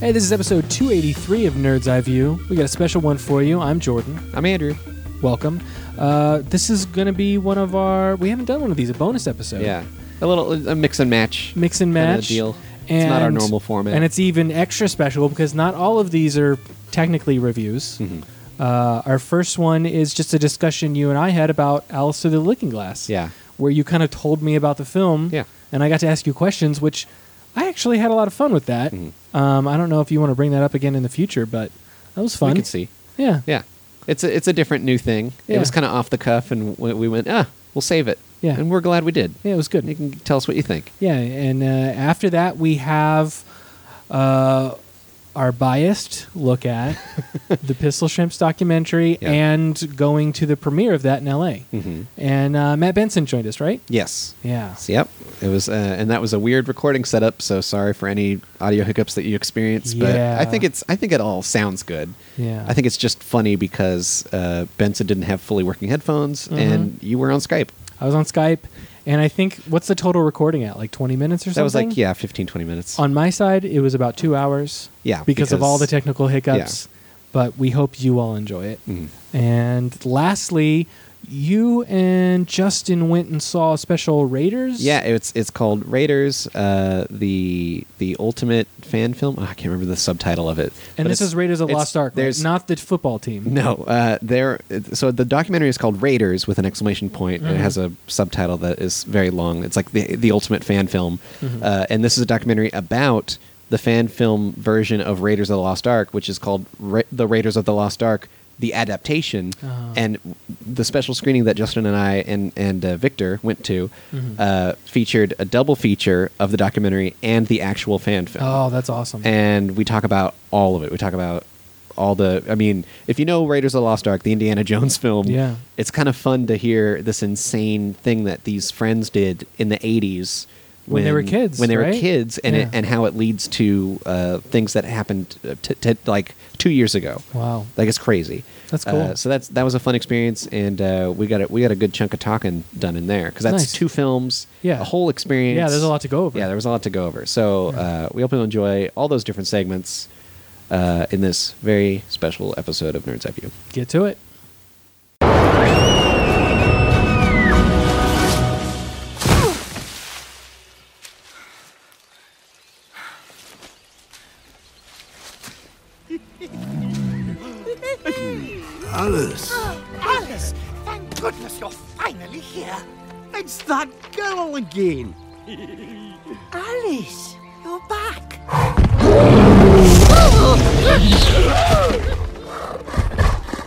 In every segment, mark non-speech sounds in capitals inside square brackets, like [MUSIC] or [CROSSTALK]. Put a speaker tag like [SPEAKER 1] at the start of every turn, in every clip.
[SPEAKER 1] Hey, this is episode 283 of Nerd's Eye View. We got a special one for you. I'm Jordan.
[SPEAKER 2] I'm Andrew.
[SPEAKER 1] Welcome. Uh, this is going to be one of our. We haven't done one of these, a bonus episode.
[SPEAKER 2] Yeah, a little a mix and match.
[SPEAKER 1] Mix and
[SPEAKER 2] Kinda
[SPEAKER 1] match.
[SPEAKER 2] deal.
[SPEAKER 1] And,
[SPEAKER 2] it's not our normal format.
[SPEAKER 1] And it's even extra special because not all of these are technically reviews.
[SPEAKER 2] Mm-hmm.
[SPEAKER 1] Uh, our first one is just a discussion you and I had about Alice Through the Looking Glass.
[SPEAKER 2] Yeah.
[SPEAKER 1] Where you kind of told me about the film.
[SPEAKER 2] Yeah.
[SPEAKER 1] And I got to ask you questions, which I actually had a lot of fun with that.
[SPEAKER 2] Mm-hmm.
[SPEAKER 1] Um, I don't know if you want to bring that up again in the future, but that was fun.
[SPEAKER 2] we can see.
[SPEAKER 1] Yeah.
[SPEAKER 2] Yeah, it's a, it's a different new thing.
[SPEAKER 1] Yeah.
[SPEAKER 2] It was kind of off the cuff, and we we went ah, we'll save it.
[SPEAKER 1] Yeah.
[SPEAKER 2] and we're glad we did.
[SPEAKER 1] Yeah, it was
[SPEAKER 2] You
[SPEAKER 1] good.
[SPEAKER 2] can tell us what you think.
[SPEAKER 1] Yeah, and uh, after that we have uh, our biased look
[SPEAKER 2] [LAUGHS]
[SPEAKER 1] at the Pistol Shrimps documentary
[SPEAKER 2] Yeah. Mm-hmm.
[SPEAKER 1] and going to the premiere of that in L.A. And uh, Matt Benson joined us, right?
[SPEAKER 2] Yes.
[SPEAKER 1] Yeah.
[SPEAKER 2] So, yep. It was, uh, and that was a weird recording setup. So sorry for any audio hiccups that you experienced.
[SPEAKER 1] Yeah.
[SPEAKER 2] But I think it's I think it all sounds good.
[SPEAKER 1] Yeah.
[SPEAKER 2] I think it's just funny because uh, Benson didn't have fully working headphones,
[SPEAKER 1] Mm-hmm.
[SPEAKER 2] and you were on Skype.
[SPEAKER 1] I was on Skype, and I think what's the total recording at? Like twenty minutes or something.
[SPEAKER 2] That was like yeah, 15, 20 minutes.
[SPEAKER 1] On my side, it was about two hours.
[SPEAKER 2] Yeah,
[SPEAKER 1] Because, of all the
[SPEAKER 2] because-
[SPEAKER 1] technical hiccups. But we hope you all enjoy it.
[SPEAKER 2] Mm-hmm.
[SPEAKER 1] And lastly, you and Justin went and saw a special Raiders.
[SPEAKER 2] Yeah, it's it's called Raiders, uh, the the ultimate fan film. Oh, I can't remember the subtitle of it.
[SPEAKER 1] And
[SPEAKER 2] But
[SPEAKER 1] this
[SPEAKER 2] it's-
[SPEAKER 1] is Raiders of
[SPEAKER 2] it's-
[SPEAKER 1] Lost Ark, right?
[SPEAKER 2] There's
[SPEAKER 1] not the football team.
[SPEAKER 2] no uh, there. So the documentary is called Raiders with an exclamation point, and it has a subtitle that is very long. It's like the the ultimate fan film, uh, and this is a documentary about the fan film version of Raiders of the Lost Ark, which is called Ra- the Raiders of the Lost Ark. The adaptation
[SPEAKER 1] Oh.
[SPEAKER 2] and the special screening that Justin and I and and uh, Victor went to uh, featured a double feature of the documentary and the actual fan film
[SPEAKER 1] Oh, that's awesome.
[SPEAKER 2] and we talk about all of it. We talk about all the. I mean, if you know Raiders of the Lost Ark, the Indiana [LAUGHS] Jones film,
[SPEAKER 1] Yeah.
[SPEAKER 2] it's kind of fun to hear this insane thing that these friends did in the '80s
[SPEAKER 1] When they were kids,
[SPEAKER 2] when they
[SPEAKER 1] right?
[SPEAKER 2] were kids, and
[SPEAKER 1] Yeah.
[SPEAKER 2] it, and how it leads to uh, things that happened uh, t- t- like two years ago.
[SPEAKER 1] wow.
[SPEAKER 2] Like it's crazy.
[SPEAKER 1] That's cool.
[SPEAKER 2] Uh, so that's that was a fun experience, and uh, we got a, we got a good chunk of talking done in there because that's
[SPEAKER 1] Nice.
[SPEAKER 2] two films,
[SPEAKER 1] Yeah.
[SPEAKER 2] a whole experience.
[SPEAKER 1] Yeah, there's a lot to go over.
[SPEAKER 2] Yeah, there was a lot to go over. So uh, we hope you enjoy all those different segments uh, in this very special episode of Nerds Eye View.
[SPEAKER 1] Get to
[SPEAKER 2] [LAUGHS]
[SPEAKER 1] it.
[SPEAKER 3] Alice.
[SPEAKER 4] Alice, thank goodness you're finally here.
[SPEAKER 3] It's that girl again.
[SPEAKER 4] Alice, you're back.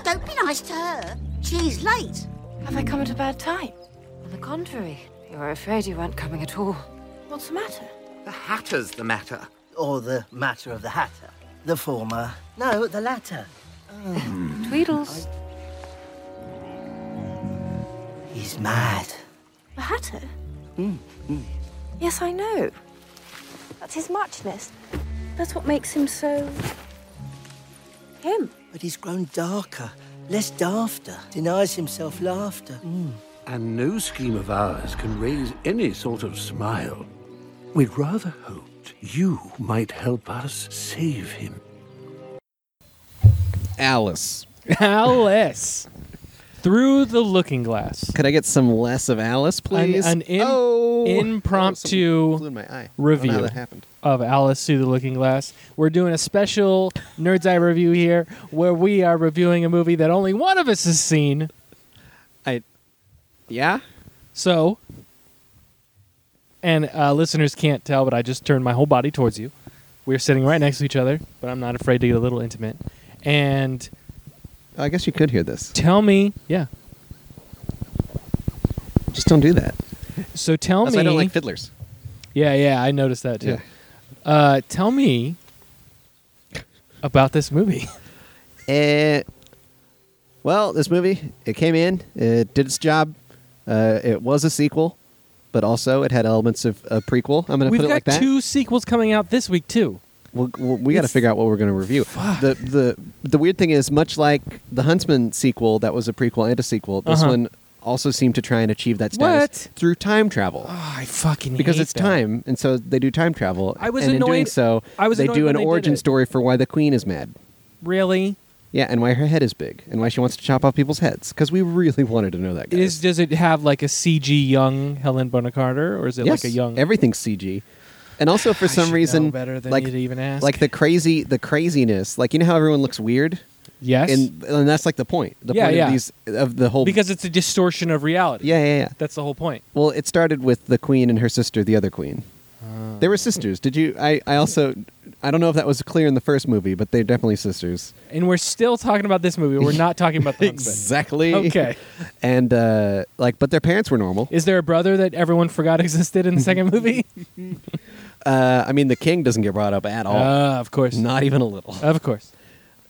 [SPEAKER 4] Don't be nice to her. She's late.
[SPEAKER 5] Have I come at a bad time? On the contrary, you were afraid you weren't coming at all. What's the matter?
[SPEAKER 3] The hatter's the matter.
[SPEAKER 4] Or the matter of the hatter. The former. No, the latter.
[SPEAKER 5] Tweedles,
[SPEAKER 4] He's mad.
[SPEAKER 5] the Hatter. Mm, Yes, I know. That's his muchness. That's what makes him so. him.
[SPEAKER 4] But he's grown darker, less dafter. Denies himself laughter.
[SPEAKER 3] And no scheme of ours can raise any sort of smile. We'd rather hoped you might help us save him.
[SPEAKER 2] Alice,
[SPEAKER 1] Alice. Through the Looking Glass.
[SPEAKER 2] could I get some less of Alice, please?
[SPEAKER 1] an in-
[SPEAKER 2] oh,
[SPEAKER 1] impromptu
[SPEAKER 2] Oh, something flew in my eye. I don't know
[SPEAKER 1] review
[SPEAKER 2] how that happened.
[SPEAKER 1] of Alice Through the Looking Glass. We're doing a special Nerd's Eye review here where we are reviewing a movie that only one of us has seen.
[SPEAKER 2] I, yeah.
[SPEAKER 1] So, and uh, listeners can't tell, but I just turned my whole body towards you. We're sitting right next to each other, but I'm not afraid to get a little intimate. And
[SPEAKER 2] I guess you could hear this.
[SPEAKER 1] tell me, yeah.
[SPEAKER 2] Just don't do that.
[SPEAKER 1] So tell
[SPEAKER 2] That's
[SPEAKER 1] me,
[SPEAKER 2] why I don't like fiddlers.
[SPEAKER 1] yeah, yeah, I noticed that too. Uh, tell me about this movie.
[SPEAKER 2] Uh, well, this movie it came in, it did its job. Uh, it was a sequel, but also it had elements of a prequel. I'm
[SPEAKER 1] [LAUGHS]
[SPEAKER 2] going to
[SPEAKER 1] We've
[SPEAKER 2] put it
[SPEAKER 1] got
[SPEAKER 2] like that.
[SPEAKER 1] two sequels coming out this week too.
[SPEAKER 2] We'll, we'll, we got to
[SPEAKER 1] It's-
[SPEAKER 2] figure out what we're going to review. The the the weird thing is, much like the Huntsman sequel, that was a prequel and a sequel. This
[SPEAKER 1] Uh-huh.
[SPEAKER 2] one also seem to try and achieve that status
[SPEAKER 6] What?
[SPEAKER 2] through time travel.
[SPEAKER 1] Oh, I fucking
[SPEAKER 2] because
[SPEAKER 1] hate
[SPEAKER 2] it's
[SPEAKER 1] that.
[SPEAKER 2] time, and so they do time travel.
[SPEAKER 1] I was
[SPEAKER 2] and in doing
[SPEAKER 1] annoyed-
[SPEAKER 2] so,
[SPEAKER 1] I was
[SPEAKER 2] they
[SPEAKER 1] annoyed
[SPEAKER 2] do
[SPEAKER 1] when
[SPEAKER 2] an
[SPEAKER 1] they did
[SPEAKER 2] origin
[SPEAKER 1] it.
[SPEAKER 2] story for why the queen is mad.
[SPEAKER 1] Really?
[SPEAKER 2] Yeah, and why her head is big, and why she wants to chop off people's heads. Because we [LAUGHS] really wanted to know that. Guys.
[SPEAKER 1] Is does it have like a CG young Helen Bonham Carter, or is it
[SPEAKER 2] yes,
[SPEAKER 1] like a young?
[SPEAKER 2] everything's CG, and also
[SPEAKER 1] [LAUGHS]
[SPEAKER 2] for
[SPEAKER 1] I
[SPEAKER 2] some
[SPEAKER 1] should know
[SPEAKER 2] reason,
[SPEAKER 1] better than
[SPEAKER 2] like
[SPEAKER 1] you to even ask.
[SPEAKER 2] like the crazy, the craziness. Like you know how everyone looks weird,
[SPEAKER 1] yes,
[SPEAKER 2] and and that's like the point. The
[SPEAKER 1] Yeah,
[SPEAKER 2] point
[SPEAKER 1] yeah.
[SPEAKER 2] of these of the whole
[SPEAKER 1] because it's a distortion of reality.
[SPEAKER 2] yeah yeah yeah.
[SPEAKER 1] that's the whole point.
[SPEAKER 2] Well, it started with the queen and her sister, the other queen.
[SPEAKER 1] Oh.
[SPEAKER 2] They were sisters. Did you? I, I also I don't know if that was clear in the first movie, but they're definitely sisters.
[SPEAKER 1] And we're still talking about this movie. We're not talking about the husband.
[SPEAKER 2] Exactly.
[SPEAKER 1] Okay.
[SPEAKER 2] [LAUGHS] And uh, like, but their parents were normal.
[SPEAKER 1] Is there a brother that everyone forgot existed in the
[SPEAKER 2] [LAUGHS]
[SPEAKER 1] second movie?
[SPEAKER 2] Uh, I mean, the king doesn't get brought up at all.
[SPEAKER 1] Uh, of course.
[SPEAKER 2] Not even a little.
[SPEAKER 1] Of course.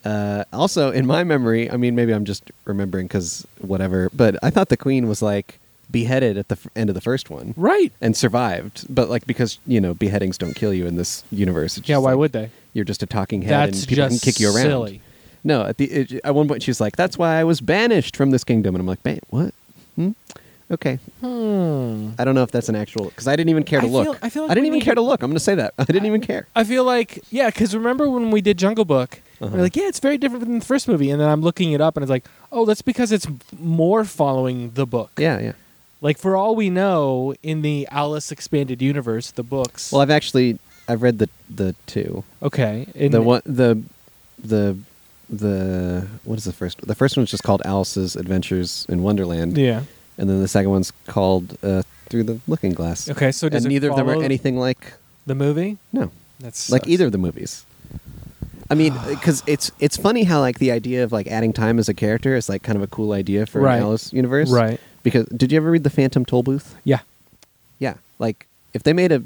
[SPEAKER 2] Uh, also, in my memory, I mean, maybe I'm just remembering because whatever. But I thought the queen was like beheaded at the f- end of the first one,
[SPEAKER 1] Right.
[SPEAKER 2] and survived. But like because you know beheadings don't kill you in this universe. It's
[SPEAKER 1] Yeah,
[SPEAKER 2] just
[SPEAKER 1] why
[SPEAKER 2] like,
[SPEAKER 1] would they?
[SPEAKER 2] You're just a talking head,
[SPEAKER 1] That's
[SPEAKER 2] and people
[SPEAKER 1] just
[SPEAKER 2] can kick you around.
[SPEAKER 1] silly.
[SPEAKER 2] No, at the it, at one point she's like, "That's why I was banished from this kingdom," and I'm like, "Ban what? Hmm? Okay,
[SPEAKER 1] Hmm.
[SPEAKER 2] I don't know if that's an actual because I didn't even care to
[SPEAKER 1] I feel-
[SPEAKER 2] look.
[SPEAKER 1] I feel like
[SPEAKER 2] didn't
[SPEAKER 1] we
[SPEAKER 2] even
[SPEAKER 1] need
[SPEAKER 2] care to look. I'm going to say that [LAUGHS] I didn't even care.
[SPEAKER 1] I feel like yeah, because remember when we did Jungle Book, we
[SPEAKER 2] Uh-huh.
[SPEAKER 1] we're like, yeah, it's very different than the first movie, and then I'm looking it up, and it's like, oh, that's because it's m- more following the book.
[SPEAKER 2] Yeah, yeah.
[SPEAKER 1] Like for all we know, in the Alice expanded universe, the books.
[SPEAKER 2] Well, I've actually I've read the the two.
[SPEAKER 1] okay, in
[SPEAKER 2] the one the the the what is the first? The first one's just called Alice's Adventures in Wonderland.
[SPEAKER 1] Yeah.
[SPEAKER 2] and then the second one's called uh, Through the Looking Glass.
[SPEAKER 1] Okay, so does
[SPEAKER 2] and
[SPEAKER 1] it
[SPEAKER 2] neither of them are
[SPEAKER 1] follow-
[SPEAKER 2] anything like
[SPEAKER 1] The movie.
[SPEAKER 2] no.
[SPEAKER 1] That's
[SPEAKER 2] like either of the movies. I
[SPEAKER 1] [SIGHS]
[SPEAKER 2] mean, because it's it's funny how like the idea of like adding time as a character is like kind of a cool idea for
[SPEAKER 1] Right.
[SPEAKER 2] an Alice universe,
[SPEAKER 1] Right.
[SPEAKER 2] Because did you ever read the Phantom Tollbooth?
[SPEAKER 1] Yeah.
[SPEAKER 2] Yeah, like if they made a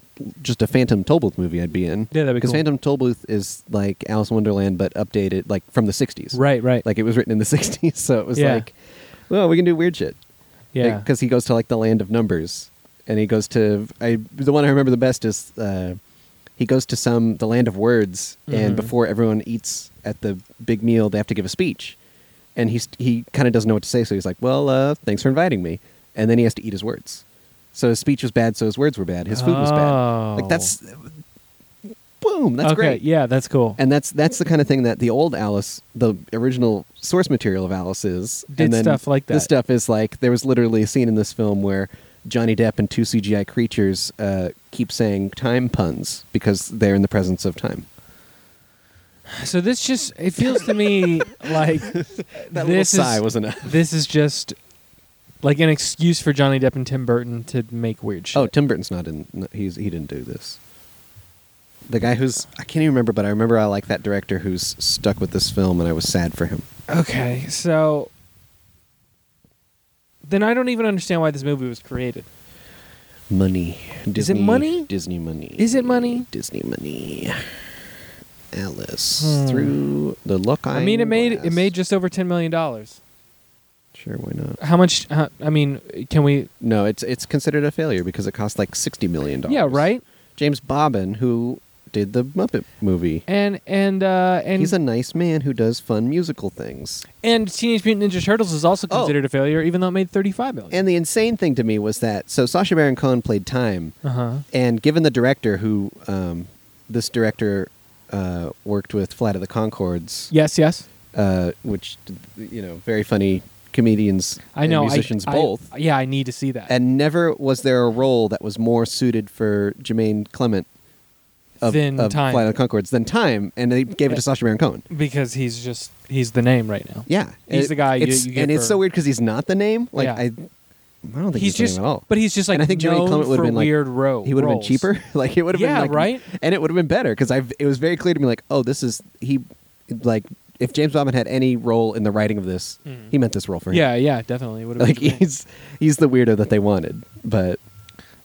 [SPEAKER 2] just a Phantom Tollbooth movie, I'd be in.
[SPEAKER 1] Yeah, that'd be
[SPEAKER 2] because
[SPEAKER 1] cool.
[SPEAKER 2] Phantom Tollbooth is like Alice in Wonderland, but updated like from the '60s,
[SPEAKER 1] Right. Right.
[SPEAKER 2] Like it was written in the [LAUGHS] '60s, so it was
[SPEAKER 1] Yeah.
[SPEAKER 2] like, well, we can do weird shit
[SPEAKER 1] yeah.
[SPEAKER 2] because he goes to like the land of numbers, and he goes to I the one I remember the best is uh, he goes to some the land of words, and
[SPEAKER 1] Mhm.
[SPEAKER 2] before everyone eats at the big meal, they have to give a speech, and he's he kind of doesn't know what to say, so he's like, "Well, uh, thanks for inviting me," and then he has to eat his words. So his speech was bad, so his words were bad. His food was bad.
[SPEAKER 1] Oh.
[SPEAKER 2] Like that's boom. That's
[SPEAKER 1] okay.
[SPEAKER 2] great.
[SPEAKER 1] Yeah, that's cool.
[SPEAKER 2] And that's that's the kind of thing that the old Alice, the original source material of Alice is.
[SPEAKER 1] Did
[SPEAKER 2] and then
[SPEAKER 1] stuff like that.
[SPEAKER 2] This stuff is like there was literally a scene in this film where Johnny Depp and two CGI creatures uh, keep saying time puns because they're in the presence of time.
[SPEAKER 1] so this just it feels to
[SPEAKER 2] [LAUGHS]
[SPEAKER 1] me like
[SPEAKER 2] That
[SPEAKER 1] this
[SPEAKER 2] little sigh
[SPEAKER 1] is
[SPEAKER 2] was enough.
[SPEAKER 1] this is just like an excuse for Johnny Depp and Tim Burton to make weird shit.
[SPEAKER 2] [LAUGHS] Oh, Tim Burton's not in. no, He's he didn't do this. The guy who's I can't even remember, but I remember I like that director who's stuck with this film, and I was sad for him.
[SPEAKER 1] Okay, so then I don't even understand why this movie was created.
[SPEAKER 2] Money. Disney,
[SPEAKER 1] money?
[SPEAKER 2] Disney money.
[SPEAKER 1] Is it money?
[SPEAKER 2] Disney money. Alice
[SPEAKER 1] Hmm.
[SPEAKER 2] through the look.
[SPEAKER 1] I mean, it made it made just over ten million dollars.
[SPEAKER 2] sure. Why not?
[SPEAKER 1] How much? How, I mean, can we?
[SPEAKER 2] No, it's it's considered a failure because it cost like sixty million dollars.
[SPEAKER 1] Yeah, right.
[SPEAKER 2] James Bobbin, who did the Muppet movie,
[SPEAKER 1] And and uh, and
[SPEAKER 2] he's a nice man who does fun musical things.
[SPEAKER 1] and Teenage Mutant Ninja Turtles is also
[SPEAKER 2] Oh.
[SPEAKER 1] considered a failure, even though it made thirty five million.
[SPEAKER 2] And the insane thing to me was that so Sasha Baron Cohen played Time,
[SPEAKER 1] uh huh.
[SPEAKER 2] and given the director who um, this director uh, worked with Flight of the Concords,
[SPEAKER 1] Yes, yes.
[SPEAKER 2] uh, which you know, very funny comedians
[SPEAKER 1] I know.
[SPEAKER 2] and
[SPEAKER 1] I-
[SPEAKER 2] musicians
[SPEAKER 1] I-
[SPEAKER 2] both.
[SPEAKER 1] yeah, I need to see that.
[SPEAKER 2] and never was there a role that was more suited for Jermaine Clement of,
[SPEAKER 1] Than
[SPEAKER 2] of
[SPEAKER 1] Time.
[SPEAKER 2] Flight of the Concords than Time, and they gave it to Sasha Baron Cohen.
[SPEAKER 1] because he's just he's the name right now.
[SPEAKER 2] Yeah, And
[SPEAKER 1] He's
[SPEAKER 2] it-
[SPEAKER 1] the guy you-
[SPEAKER 2] it's-
[SPEAKER 1] you get
[SPEAKER 2] and it's
[SPEAKER 1] for-
[SPEAKER 2] so weird because he's not the name. Like
[SPEAKER 1] Yeah.
[SPEAKER 2] I, I don't think he's,
[SPEAKER 1] he's
[SPEAKER 2] the name
[SPEAKER 1] just
[SPEAKER 2] at all.
[SPEAKER 1] but he's just like
[SPEAKER 2] and I think Jermaine
[SPEAKER 1] known
[SPEAKER 2] Clement would
[SPEAKER 1] for
[SPEAKER 2] have been like
[SPEAKER 1] weird row.
[SPEAKER 2] He would have been
[SPEAKER 1] roles.
[SPEAKER 2] cheaper. [LAUGHS] like it would have
[SPEAKER 1] Yeah,
[SPEAKER 2] been like,
[SPEAKER 1] right?
[SPEAKER 2] and it would have been better because I. It was very clear to me like, oh, this is he, like. If James Bobbin had any role in the writing of this,
[SPEAKER 1] Mm.
[SPEAKER 2] he meant this role for him.
[SPEAKER 1] Yeah, yeah, definitely would have
[SPEAKER 2] like
[SPEAKER 1] been Jermaine.
[SPEAKER 2] he's he's the weirdo that they wanted, but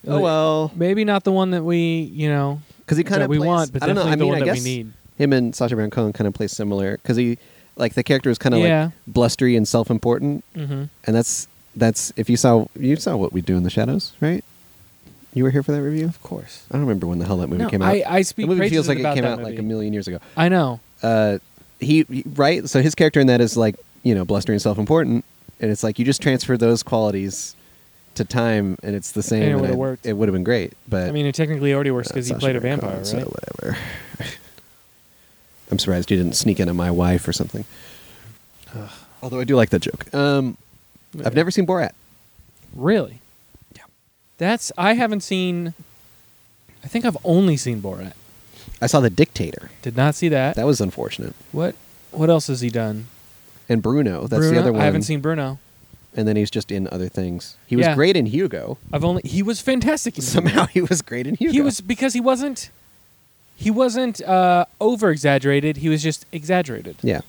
[SPEAKER 2] oh
[SPEAKER 1] Like-
[SPEAKER 2] well,
[SPEAKER 1] Maybe not the one that we, you know,
[SPEAKER 2] because he kind
[SPEAKER 1] that
[SPEAKER 2] of
[SPEAKER 1] we
[SPEAKER 2] plays,
[SPEAKER 1] want, but
[SPEAKER 2] I don't know. I
[SPEAKER 1] definitely the
[SPEAKER 2] mean,
[SPEAKER 1] one
[SPEAKER 2] I
[SPEAKER 1] that we
[SPEAKER 2] guess
[SPEAKER 1] need.
[SPEAKER 2] him and Sacha Baron Cohen kind of play similar because he like the character is kind of
[SPEAKER 1] Yeah.
[SPEAKER 2] like blustery and self-important,
[SPEAKER 1] Mhm.
[SPEAKER 2] and that's that's if you saw you saw what we do in the shadows, right? You were here for that review, of
[SPEAKER 1] course.
[SPEAKER 2] I don't remember when the hell that movie
[SPEAKER 1] No,
[SPEAKER 2] came out.
[SPEAKER 1] I- I speak
[SPEAKER 2] the movie
[SPEAKER 1] praises
[SPEAKER 2] feels like
[SPEAKER 1] about
[SPEAKER 2] it came
[SPEAKER 1] that
[SPEAKER 2] out like
[SPEAKER 1] movie.
[SPEAKER 2] a million years ago.
[SPEAKER 1] I know.
[SPEAKER 2] Uh, he, he right, so his character in that is like you know blustery and self-important. and it's like you just transfer those qualities to time, and it's the same.
[SPEAKER 1] And it would've
[SPEAKER 2] I-
[SPEAKER 1] worked.
[SPEAKER 2] It would have been great, but
[SPEAKER 1] I mean, it technically already works because he
[SPEAKER 2] Sacha
[SPEAKER 1] played a
[SPEAKER 2] Uh, Baron
[SPEAKER 1] vampire,
[SPEAKER 2] Cohen,
[SPEAKER 1] right?
[SPEAKER 2] so whatever. [LAUGHS] I'm surprised you didn't sneak into my wife or something. Although I do like that joke. Um, I've never seen Borat.
[SPEAKER 1] Really?
[SPEAKER 2] Yeah.
[SPEAKER 1] That's I haven't seen. I think I've only seen Borat.
[SPEAKER 2] I saw The Dictator.
[SPEAKER 1] Did not see that.
[SPEAKER 2] That was unfortunate.
[SPEAKER 1] what? What else has he done?
[SPEAKER 2] And Bruno. That's
[SPEAKER 1] Bruno?
[SPEAKER 2] the other one.
[SPEAKER 1] I haven't seen Bruno.
[SPEAKER 2] And then he's just in other things. He was
[SPEAKER 1] Yeah.
[SPEAKER 2] great in Hugo. [LAUGHS]
[SPEAKER 1] I've only he was fantastic. in that.
[SPEAKER 2] Somehow he was great in Hugo.
[SPEAKER 1] he was because he wasn't he wasn't uh, over exaggerated. He was just exaggerated.
[SPEAKER 2] Yeah.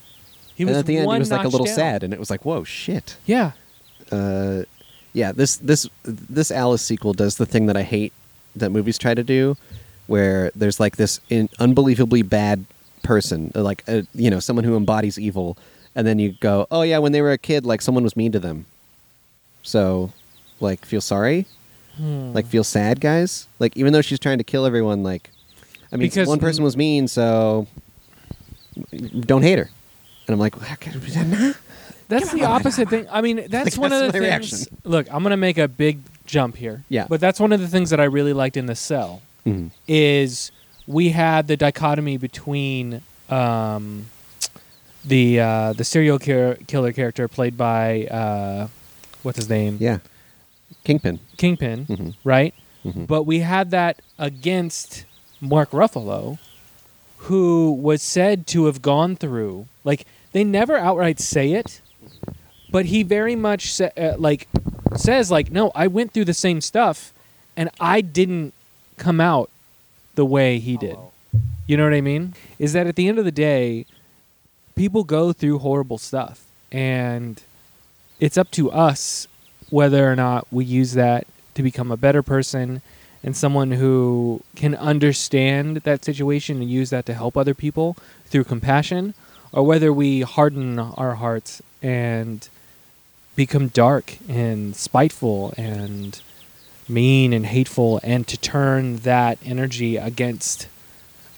[SPEAKER 1] He
[SPEAKER 2] and at the end, he
[SPEAKER 1] one
[SPEAKER 2] was like a
[SPEAKER 1] notch
[SPEAKER 2] little
[SPEAKER 1] down.
[SPEAKER 2] sad, and it was like, whoa, shit.
[SPEAKER 1] Yeah,
[SPEAKER 2] uh, yeah, this this this Alice sequel does the thing that I hate that movies try to do, where there's like this in, unbelievably bad person, uh, like uh you know someone who embodies evil, and then you go, oh yeah, when they were a kid, like someone was mean to them, so like feel sorry,
[SPEAKER 1] Hmm.
[SPEAKER 2] like feel sad, guys. Like even though she's trying to kill everyone, like I mean,
[SPEAKER 1] Because-
[SPEAKER 2] one person was mean, so don't hate her. And I'm like, nah.
[SPEAKER 1] that's the opposite thing. I mean, that's
[SPEAKER 2] Like,
[SPEAKER 1] one
[SPEAKER 2] [LAUGHS] that's
[SPEAKER 1] of the
[SPEAKER 2] my
[SPEAKER 1] things.
[SPEAKER 2] reaction.
[SPEAKER 1] Look, I'm gonna make a big jump here.
[SPEAKER 2] Yeah.
[SPEAKER 1] but that's one of the things that I really liked in the cell
[SPEAKER 2] Mhm.
[SPEAKER 1] is we had the dichotomy between um, the uh, the serial killer, killer character played by uh, what's his name?
[SPEAKER 2] yeah, Kingpin.
[SPEAKER 1] Kingpin,
[SPEAKER 2] Mhm.
[SPEAKER 1] right?
[SPEAKER 2] Mhm.
[SPEAKER 1] But we had that against Mark Ruffalo, who was said to have gone through. Like they never outright say it, but he very much sa- uh, like says like, "No, I went through the same stuff, and I didn't come out the way he did." You know what I mean? Is that at the end of the day, people go through horrible stuff, and it's up to us whether or not we use that to become a better person and someone who can understand that situation and use that to help other people through compassion or whether we harden our hearts and become dark and spiteful and mean and hateful and to turn that energy against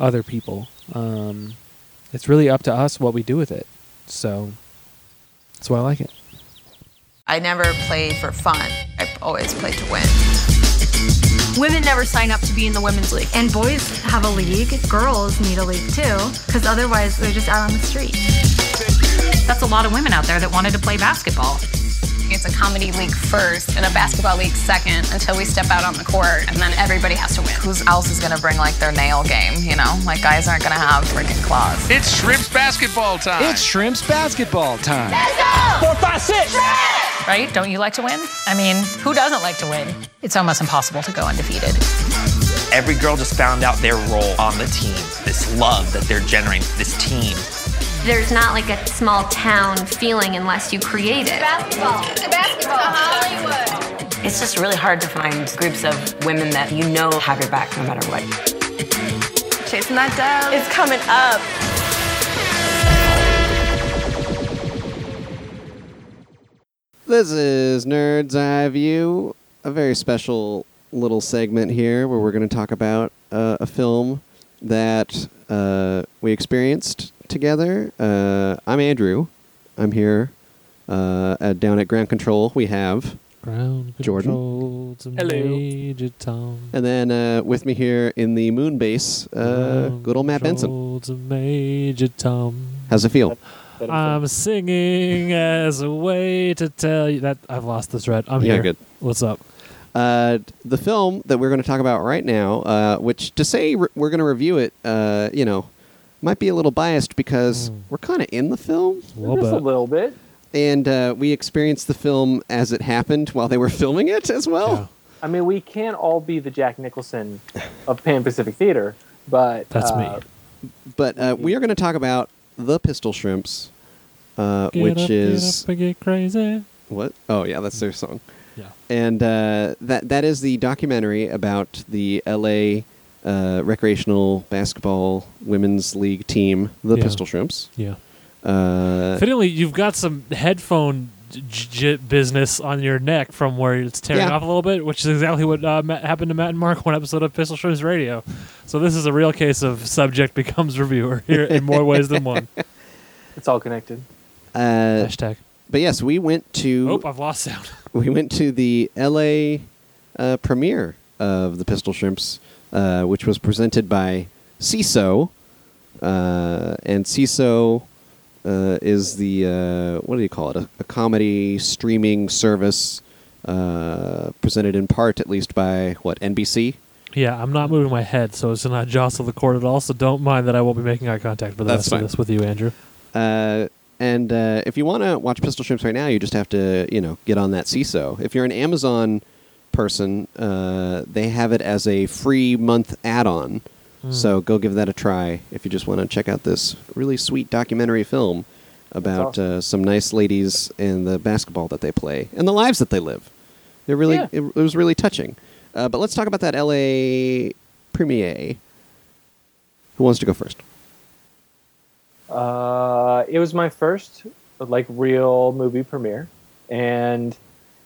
[SPEAKER 1] other people um, it's really up to us what we do with it so that's why i like it
[SPEAKER 6] I never played for fun. I always played to win.
[SPEAKER 7] Women never sign up to be in the women's league. And boys have a league. Girls need a league too, because otherwise they're just out on the street.
[SPEAKER 8] That's a lot of women out there that wanted to play basketball. It's a comedy league first and a basketball league second until we step out on the court, and then everybody has to win.
[SPEAKER 6] Who's else is gonna bring like their nail game? You know, like guys aren't gonna have freaking claws.
[SPEAKER 9] It's shrimps basketball time. It's shrimps basketball time.
[SPEAKER 8] Right? Don't you like to win? I mean, who doesn't like to win? It's almost impossible to go undefeated.
[SPEAKER 10] Every girl just found out their role on the team, this love that they're generating for this team.
[SPEAKER 7] There's not like a small town feeling unless you create it. Basketball. Basketball. Hollywood.
[SPEAKER 11] It's just really hard to find groups of women that you know have your back no matter what.
[SPEAKER 6] Chasing that down. It's coming up.
[SPEAKER 2] This is Nerd's Eye View, a very special little segment here where we're going to talk about uh, a film that uh, we experienced together. Uh, I'm Andrew. I'm here uh, at, down at Ground Control. We have.
[SPEAKER 1] Ground
[SPEAKER 2] Jordan.
[SPEAKER 1] control to
[SPEAKER 4] Hello.
[SPEAKER 1] Major Tom.
[SPEAKER 2] And then uh, with me here in the moon base, uh,
[SPEAKER 1] Ground
[SPEAKER 2] good old Matt Benson.
[SPEAKER 1] control to Major Tom.
[SPEAKER 2] How's it feel?
[SPEAKER 1] I'm singing as a way to tell you that I've lost the thread. I'm
[SPEAKER 2] Yeah,
[SPEAKER 1] here.
[SPEAKER 2] good.
[SPEAKER 1] What's up?
[SPEAKER 2] Uh, the film that we're going to talk about right now, uh, which to say re- we're going to review it, uh, you know, might be a little biased because
[SPEAKER 1] Hmm.
[SPEAKER 2] we're kind of in the film
[SPEAKER 1] Well, but
[SPEAKER 4] little bit.
[SPEAKER 2] and uh, we experienced the film as it happened while they were [LAUGHS] filming it as well.
[SPEAKER 1] I mean, we can't all be the Jack Nicholson of Pan Pacific Theater, but uh,
[SPEAKER 4] That's me.
[SPEAKER 2] But uh, we are going to talk about The Pistol Shrimps, uh,
[SPEAKER 1] Get
[SPEAKER 2] which
[SPEAKER 1] up,
[SPEAKER 2] is.
[SPEAKER 1] get up and get crazy.
[SPEAKER 2] What? Oh, yeah, that's their song.
[SPEAKER 1] Yeah.
[SPEAKER 2] and uh, that that is the documentary about the L.A. Uh, recreational basketball women's league team, the
[SPEAKER 1] Yeah.
[SPEAKER 2] Pistol Shrimps.
[SPEAKER 12] Yeah.
[SPEAKER 2] Uh,
[SPEAKER 12] Fittingly, you've got some headphone j- j- business on your neck from where it's tearing
[SPEAKER 2] Yeah.
[SPEAKER 12] off a little bit, which is exactly what uh, Ma- happened to Matt and Mark [LAUGHS] one episode of Pistol Shrimps Radio. So this is a real case of subject [LAUGHS]
[SPEAKER 2] [LAUGHS]
[SPEAKER 12] becomes reviewer here in more ways than one.
[SPEAKER 1] It's all connected.
[SPEAKER 2] uh,
[SPEAKER 12] Hashtag.
[SPEAKER 2] But yes, we went to.
[SPEAKER 1] Oh, I've lost
[SPEAKER 12] [LAUGHS]
[SPEAKER 1] sound.
[SPEAKER 2] we went to the LA uh, premiere of the Pistol Shrimps, uh, which was presented by CISO. Uh, and CISO uh, is the, uh, what do you call it? A, a comedy streaming service uh, presented in part, at least, by what, NBC?
[SPEAKER 1] Yeah, I'm not moving my head, so it's not jostle the cord at all. So don't mind that I won't be making eye contact for the
[SPEAKER 2] That's
[SPEAKER 1] rest
[SPEAKER 2] fine.
[SPEAKER 1] of this with you, Andrew.
[SPEAKER 2] Uh, and uh, if you want to watch Pistol Shrimps right now, you just have to, you know, get on that CISO. If you're an Amazon person, uh, they have it as a free month add-on.
[SPEAKER 13] Mm.
[SPEAKER 2] So go give that a try if you just want to check out this really sweet documentary film about uh, some nice ladies and the basketball that they play and the lives that they live. It really,
[SPEAKER 13] Yeah.
[SPEAKER 2] it, it was really touching. Uh, but let's talk about that LA premiere. Who wants to go first?
[SPEAKER 14] Uh, it was my first like real movie premiere, and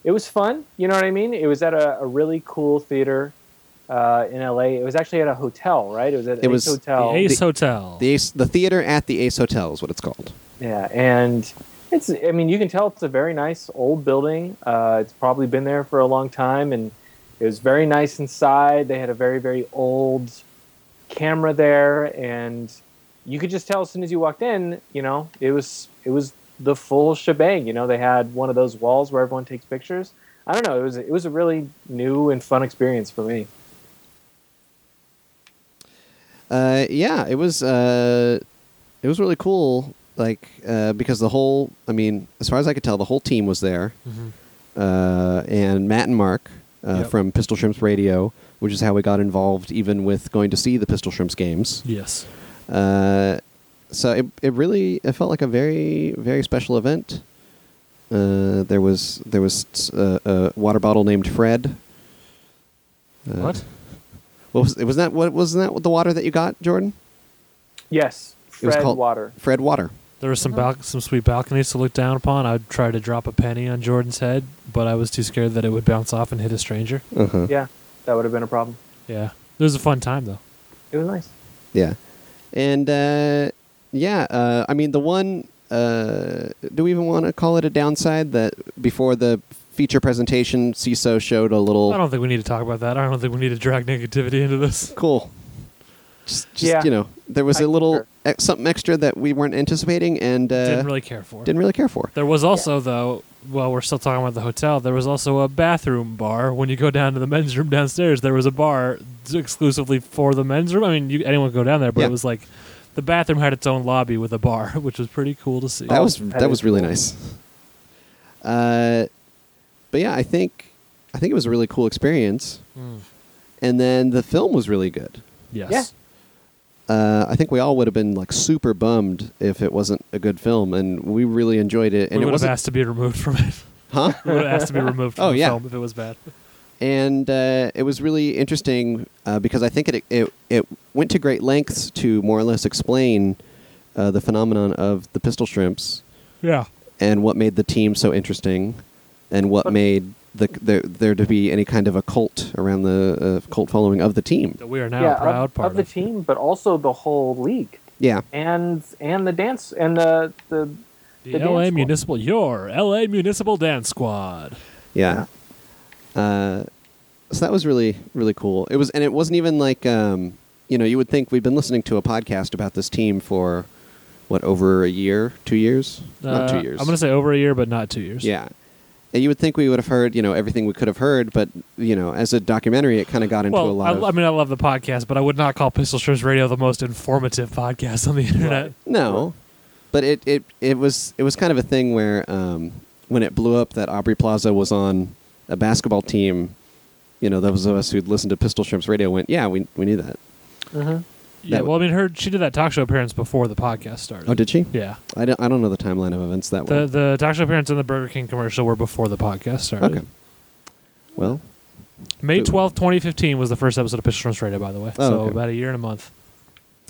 [SPEAKER 14] it was fun. You know what I mean? It was at a, a really cool theater uh, in LA. It was actually at a hotel, right? It was at
[SPEAKER 2] It
[SPEAKER 14] Ace
[SPEAKER 2] was
[SPEAKER 14] Hotel.
[SPEAKER 1] Hotel.
[SPEAKER 2] The Ace, the theater at the Ace Hotel is what it's called.
[SPEAKER 14] Yeah, and it's. I mean, you can tell it's a very nice old building. Uh, it's probably been there for a long time, and it was very nice inside. They had a very very old camera there, and you could just tell as soon as you walked in. You know, it was it was the full shebang. You know, they had one of those walls where everyone takes pictures. I don't know. It was it was a really new and fun experience for me.
[SPEAKER 2] Uh, yeah, it was uh, it was really cool. Like uh, because the whole, I mean, as far as I could tell, the whole team was there, uh, and Matt and Mark uh,
[SPEAKER 1] Yep.
[SPEAKER 2] from Pistol Shrimps Radio, which is how we got involved, even with going to see the Pistol Shrimps games.
[SPEAKER 1] Yes.
[SPEAKER 2] Uh, so it it really it felt like a very very special event. Uh, there was there was uh, a water bottle named Fred. Uh,
[SPEAKER 1] What?
[SPEAKER 2] What was was that? What wasn't that? The water that you got, Jordan?
[SPEAKER 14] Yes,
[SPEAKER 2] It was
[SPEAKER 14] Fred
[SPEAKER 2] called-
[SPEAKER 14] Water.
[SPEAKER 2] Fred Water.
[SPEAKER 1] There were some bal- some sweet balconies to look down upon. I tried to drop a penny on Jordan's head, but I was too scared that it would bounce off and hit a stranger.
[SPEAKER 2] Uh-huh.
[SPEAKER 14] Yeah, that would have been a problem.
[SPEAKER 1] Yeah. It was a fun time though.
[SPEAKER 14] It was nice.
[SPEAKER 2] Yeah, and uh, yeah, uh, I mean the one. Uh, do we even want to call it a downside that before the feature presentation, CISO showed a little
[SPEAKER 1] I don't think we need to talk about that. I don't think we need to drag negativity into this.
[SPEAKER 2] Cool. Just, just you know, there was
[SPEAKER 1] I
[SPEAKER 2] a little ex- something extra that we weren't anticipating and uh,
[SPEAKER 1] Didn't really care for.
[SPEAKER 2] Didn't really care for.
[SPEAKER 1] There was also though, while we're still talking about the hotel, there was also a bathroom bar. When you go down to the men's room downstairs, there was a bar exclusively for the men's room. I mean, you, anyone could go down there, but
[SPEAKER 2] Yeah.
[SPEAKER 1] it was like the bathroom had its own lobby with a bar, [LAUGHS] which was pretty cool to see.
[SPEAKER 2] That
[SPEAKER 14] Oh,
[SPEAKER 2] was that was really nice. Uh, but yeah, I think I think it was a really cool experience,
[SPEAKER 1] Mm.
[SPEAKER 2] and then the film was really good.
[SPEAKER 1] Yes.
[SPEAKER 2] Uh, I think we all would have been like super bummed if it wasn't a good film, and we really enjoyed it. And
[SPEAKER 1] we
[SPEAKER 2] it
[SPEAKER 1] would have
[SPEAKER 2] wasn't,
[SPEAKER 1] asked to be removed from it.
[SPEAKER 2] Huh?
[SPEAKER 1] [LAUGHS] we would have asked to be removed from
[SPEAKER 2] Oh,
[SPEAKER 1] the
[SPEAKER 2] yeah.
[SPEAKER 1] film if it was bad.
[SPEAKER 2] and uh, it was really interesting uh, because I think it, it it went to great lengths to more or less explain uh, the phenomenon of the pistol shrimps
[SPEAKER 1] Yeah.
[SPEAKER 2] and what made the team so interesting and what made the, there there to be any kind of a cult around the uh, cult following of the team.
[SPEAKER 1] We are now
[SPEAKER 14] yeah,
[SPEAKER 1] a proud
[SPEAKER 14] of,
[SPEAKER 1] part
[SPEAKER 14] of the team, but also the whole league.
[SPEAKER 2] Yeah.
[SPEAKER 14] and and the dance and the the,
[SPEAKER 1] The,
[SPEAKER 14] the
[SPEAKER 1] LA
[SPEAKER 14] dance
[SPEAKER 1] Municipal, your LA Municipal Dance Squad.
[SPEAKER 2] Yeah. Uh, so that was really really cool. It was, and it wasn't even like um, you know you would think we've been listening to a podcast about this team for what over a year, two years, not
[SPEAKER 1] Uh,
[SPEAKER 2] two years.
[SPEAKER 1] I'm gonna say over a year, but not two years.
[SPEAKER 2] Yeah. And you would think we would have heard, you know, everything we could have heard, but you know, as a documentary, it kind of got into
[SPEAKER 1] well,
[SPEAKER 2] a lot
[SPEAKER 1] I,
[SPEAKER 2] of.
[SPEAKER 1] I mean, I love the podcast, but I would not call Pistol Shrimps Radio the most informative podcast on the internet.
[SPEAKER 2] no, but it, it it was it was kind of a thing where um, when it blew up that Aubrey Plaza was on a basketball team, you know, those of us who'd listened to Pistol Shrimps Radio went, yeah, we we knew that.
[SPEAKER 14] Mm-hmm.
[SPEAKER 1] Yeah,
[SPEAKER 2] That
[SPEAKER 1] well, I mean, her she did that talk show appearance before the podcast started.
[SPEAKER 2] Oh, did she?
[SPEAKER 1] Yeah.
[SPEAKER 2] I don't I don't know the timeline of events that
[SPEAKER 1] The
[SPEAKER 2] well.
[SPEAKER 1] the talk show appearance and the Burger King commercial were before the podcast started.
[SPEAKER 2] Okay. Well,
[SPEAKER 1] May twelfth, twenty fifteen, was the first episode of Pistol Shrimps Radio, by the way.
[SPEAKER 2] Oh,
[SPEAKER 1] so
[SPEAKER 2] okay.
[SPEAKER 1] about a year and a month.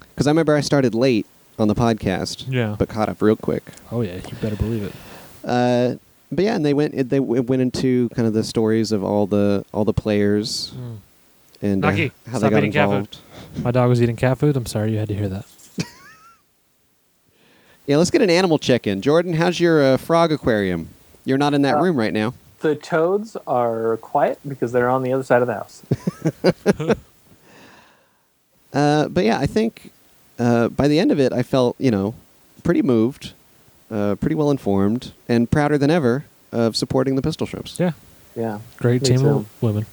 [SPEAKER 2] because I remember I started late on the podcast,
[SPEAKER 1] Yeah.
[SPEAKER 2] but caught up real quick.
[SPEAKER 1] Oh yeah, you better believe it.
[SPEAKER 2] Uh, but yeah, and they went it- they w- went into kind of the stories of all the all the players
[SPEAKER 1] Mm.
[SPEAKER 2] and uh,
[SPEAKER 1] Naki,
[SPEAKER 2] how they
[SPEAKER 1] stop
[SPEAKER 2] got
[SPEAKER 1] eating cat food.
[SPEAKER 2] involved.
[SPEAKER 1] My dog was eating cat food. I'm sorry you had to hear that.
[SPEAKER 2] Yeah, let's get an animal check in. Jordan, how's your uh, frog aquarium? You're not in that
[SPEAKER 1] Uh,
[SPEAKER 2] room right now.
[SPEAKER 1] The toads are quiet because they're on the other side of the house.
[SPEAKER 2] Uh, but yeah, I think uh, by the end of it, I felt you know pretty moved, uh, pretty well informed, and prouder than ever of supporting the Pistol Shrimps.
[SPEAKER 14] [LAUGHS] Yeah.
[SPEAKER 1] Yeah.
[SPEAKER 14] Great
[SPEAKER 1] Me
[SPEAKER 14] team
[SPEAKER 1] too.
[SPEAKER 14] of women.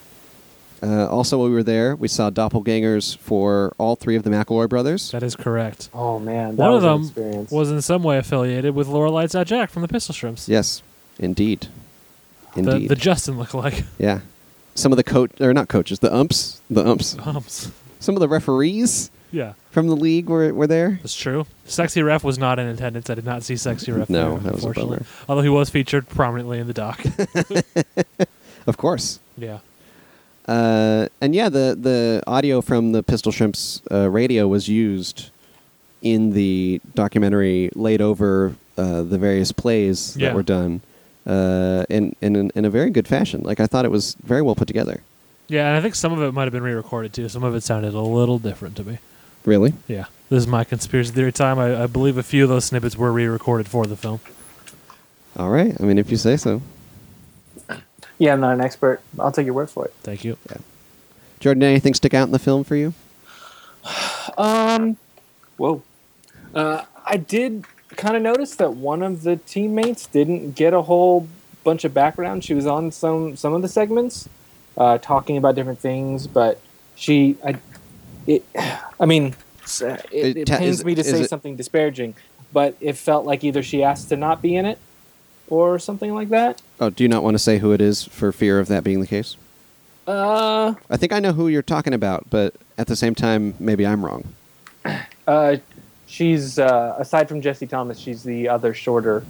[SPEAKER 2] Uh, also, while we were there, we saw doppelgangers for all three of the McElroy brothers.
[SPEAKER 14] That is correct.
[SPEAKER 1] Oh man, that
[SPEAKER 14] One of
[SPEAKER 1] was an
[SPEAKER 14] them
[SPEAKER 1] experience.
[SPEAKER 14] was in some way affiliated with Laura Lights Out Jack from the Pistol Shrimps.
[SPEAKER 2] Yes, indeed,
[SPEAKER 14] The,
[SPEAKER 2] indeed.
[SPEAKER 14] the Justin look like. [LAUGHS]
[SPEAKER 2] yeah, some of the coach or not coaches, the umps, the umps,
[SPEAKER 14] Humps.
[SPEAKER 2] some of the referees
[SPEAKER 14] Yeah.
[SPEAKER 2] from the league were were there.
[SPEAKER 14] That's true. Sexy Ref was not in attendance. I did not see Sexy Ref.
[SPEAKER 2] No,
[SPEAKER 14] there,
[SPEAKER 2] that was a
[SPEAKER 14] unfortunately.
[SPEAKER 2] bummer.
[SPEAKER 14] Although he was featured prominently in
[SPEAKER 2] [LAUGHS]
[SPEAKER 14] the doc.
[SPEAKER 2] Of course.
[SPEAKER 14] yeah.
[SPEAKER 2] Uh, and yeah, the the audio from the Pistol Shrimps uh, radio was used in the documentary, laid over uh, the various plays
[SPEAKER 14] Yeah.
[SPEAKER 2] that were done, uh, in, in in a very good fashion. Like I thought it was very well put together.
[SPEAKER 14] Yeah, and I think some of it might have been re-recorded too. Some of it sounded a little different to me.
[SPEAKER 2] Really?
[SPEAKER 14] Yeah. This is my conspiracy theory time. I, I believe a few of those snippets were re-recorded for the film.
[SPEAKER 2] All right. I mean, if you say so.
[SPEAKER 1] yeah, I'm not an expert. I'll take your word for it.
[SPEAKER 14] Thank you.
[SPEAKER 2] Jordan, did anything stick out in the film for you?
[SPEAKER 1] Um, whoa. Uh, I did kind of notice that one of the teammates didn't get a whole bunch of background. She was on some some of the segments, uh, talking about different things, but she, I, it, [SIGHS] I mean, s- uh, it, it,
[SPEAKER 2] ta-
[SPEAKER 1] pains
[SPEAKER 2] is-
[SPEAKER 1] me to
[SPEAKER 2] is
[SPEAKER 1] say
[SPEAKER 2] it-
[SPEAKER 1] something disparaging, but it felt like either she asked to not be in it, or something like that.
[SPEAKER 2] Oh, do you not want to say who it is for fear of that being the case?
[SPEAKER 1] Uh,
[SPEAKER 2] I think I know who you're talking about, but at the same time, maybe I'm wrong.
[SPEAKER 1] uh, she's uh, aside from Jesse Thomas, she's the other shorter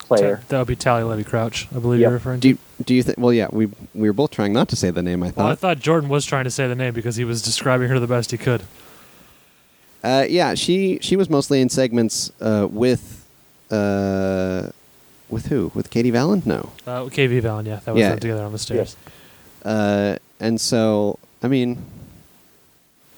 [SPEAKER 1] player.
[SPEAKER 14] That would be Tally Levy Crouch, I believe
[SPEAKER 1] Yep.
[SPEAKER 14] you're referring
[SPEAKER 2] Do
[SPEAKER 14] to.
[SPEAKER 2] you, do you think? Well, yeah, we we were both trying not to say the name. I
[SPEAKER 14] Well, Oh, I
[SPEAKER 2] thought.
[SPEAKER 14] thought Jordan was trying to say the name because he was describing her the best he could.
[SPEAKER 2] Uh, yeah, she she was mostly in segments uh, with uh, with who? With Katie Valen? No.
[SPEAKER 14] Uh, KV Valen, yeah, that was
[SPEAKER 2] Yeah.
[SPEAKER 14] them together on the stairs.
[SPEAKER 2] Uh, and so, I mean,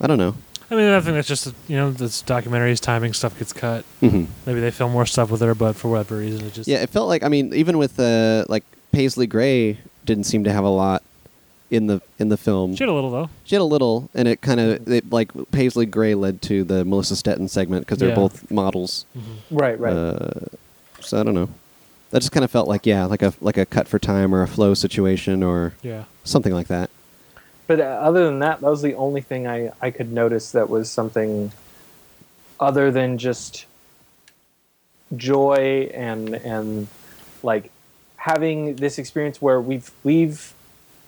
[SPEAKER 2] I don't know.
[SPEAKER 14] I mean, I think that's just you know, this documentaries timing stuff gets cut.
[SPEAKER 2] Mhm.
[SPEAKER 14] Maybe they film more stuff with her, but for whatever reason, it just
[SPEAKER 2] Yeah, it felt like I mean, even with uh, like Paisley Gray didn't seem to have a lot in the in the film.
[SPEAKER 14] She had a little though.
[SPEAKER 2] She had a little, and it kind of it, like Paisley Gray led to the Melissa Stetton segment because they're
[SPEAKER 14] Yeah.
[SPEAKER 2] both models.
[SPEAKER 1] Right, right.
[SPEAKER 2] Uh, so I don't know. That just kind of felt like yeah, like a like a cut for time or a flow situation or
[SPEAKER 14] Yeah.
[SPEAKER 2] something like that.
[SPEAKER 1] But uh, other than that, that was the only thing I, I could notice that was something other than just joy and and like having this experience where we've we've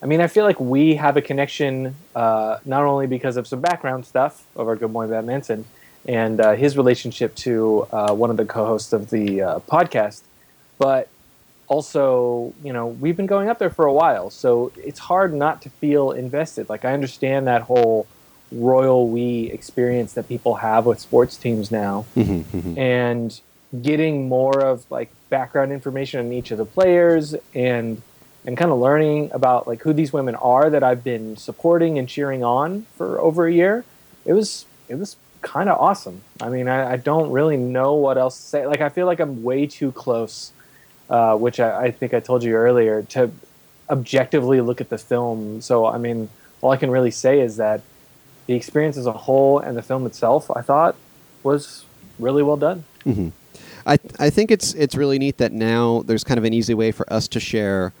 [SPEAKER 1] I mean I feel like we have a connection uh, not only because of some background stuff of our good boy Matt Manson and uh, his relationship to uh, one of the co-hosts of the uh, podcast, but also, you know, we've been going up there for a while, so it's hard not to feel invested. Like I understand that whole royal we experience that people have with sports teams now, and getting more of like background information on each of the players and and kind of learning about like who these women are that I've been supporting and cheering on for over a year. It was it was kind of awesome. I mean, I, I don't really know what else to say. Like I feel like I'm way too close uh, which I, I think I told you earlier, to objectively look at the film. So, I mean, all I can really say is that the experience as a whole and the film itself, I thought, was really well done.
[SPEAKER 2] hmm I I think it's it's really neat that now there's kind of an easy way for us to share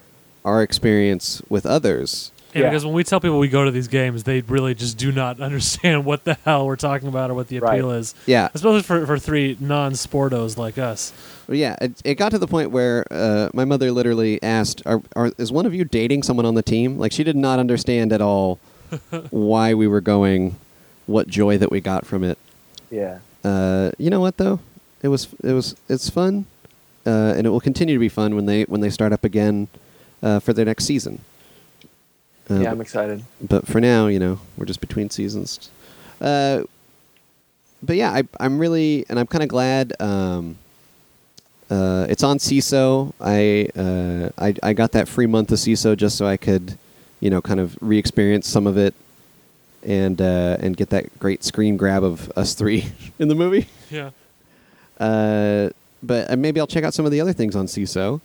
[SPEAKER 2] our experience with others.
[SPEAKER 14] Yeah, because when we tell people we go to these games, they really just do not understand what the hell we're talking about or what the appeal is.
[SPEAKER 2] Yeah.
[SPEAKER 14] Especially for, for three non sportos like us.
[SPEAKER 2] Well, Yeah, it, it got to the point where uh, my mother literally asked, are, are, "Is one of you dating someone on the team?" Like she did not understand at all why we were going, what joy that we got from it.
[SPEAKER 1] Yeah.
[SPEAKER 2] Uh, you know what though? It was it was it's fun, uh, and it will continue to be fun when they when they start up again uh, for their next season. Uh,
[SPEAKER 1] yeah, I'm excited.
[SPEAKER 2] but for now, you know, we're just between seasons. Uh, but yeah, I, I'm really, and I'm kind of glad. Um, uh, it's on CISO. I, uh, I I got that free month of CISO just so I could, you know, kind of re-experience some of it, and uh, and get that great screen grab of us three [LAUGHS] in the movie.
[SPEAKER 14] Yeah.
[SPEAKER 2] Uh, but uh, maybe I'll check out some of the other things on CISO.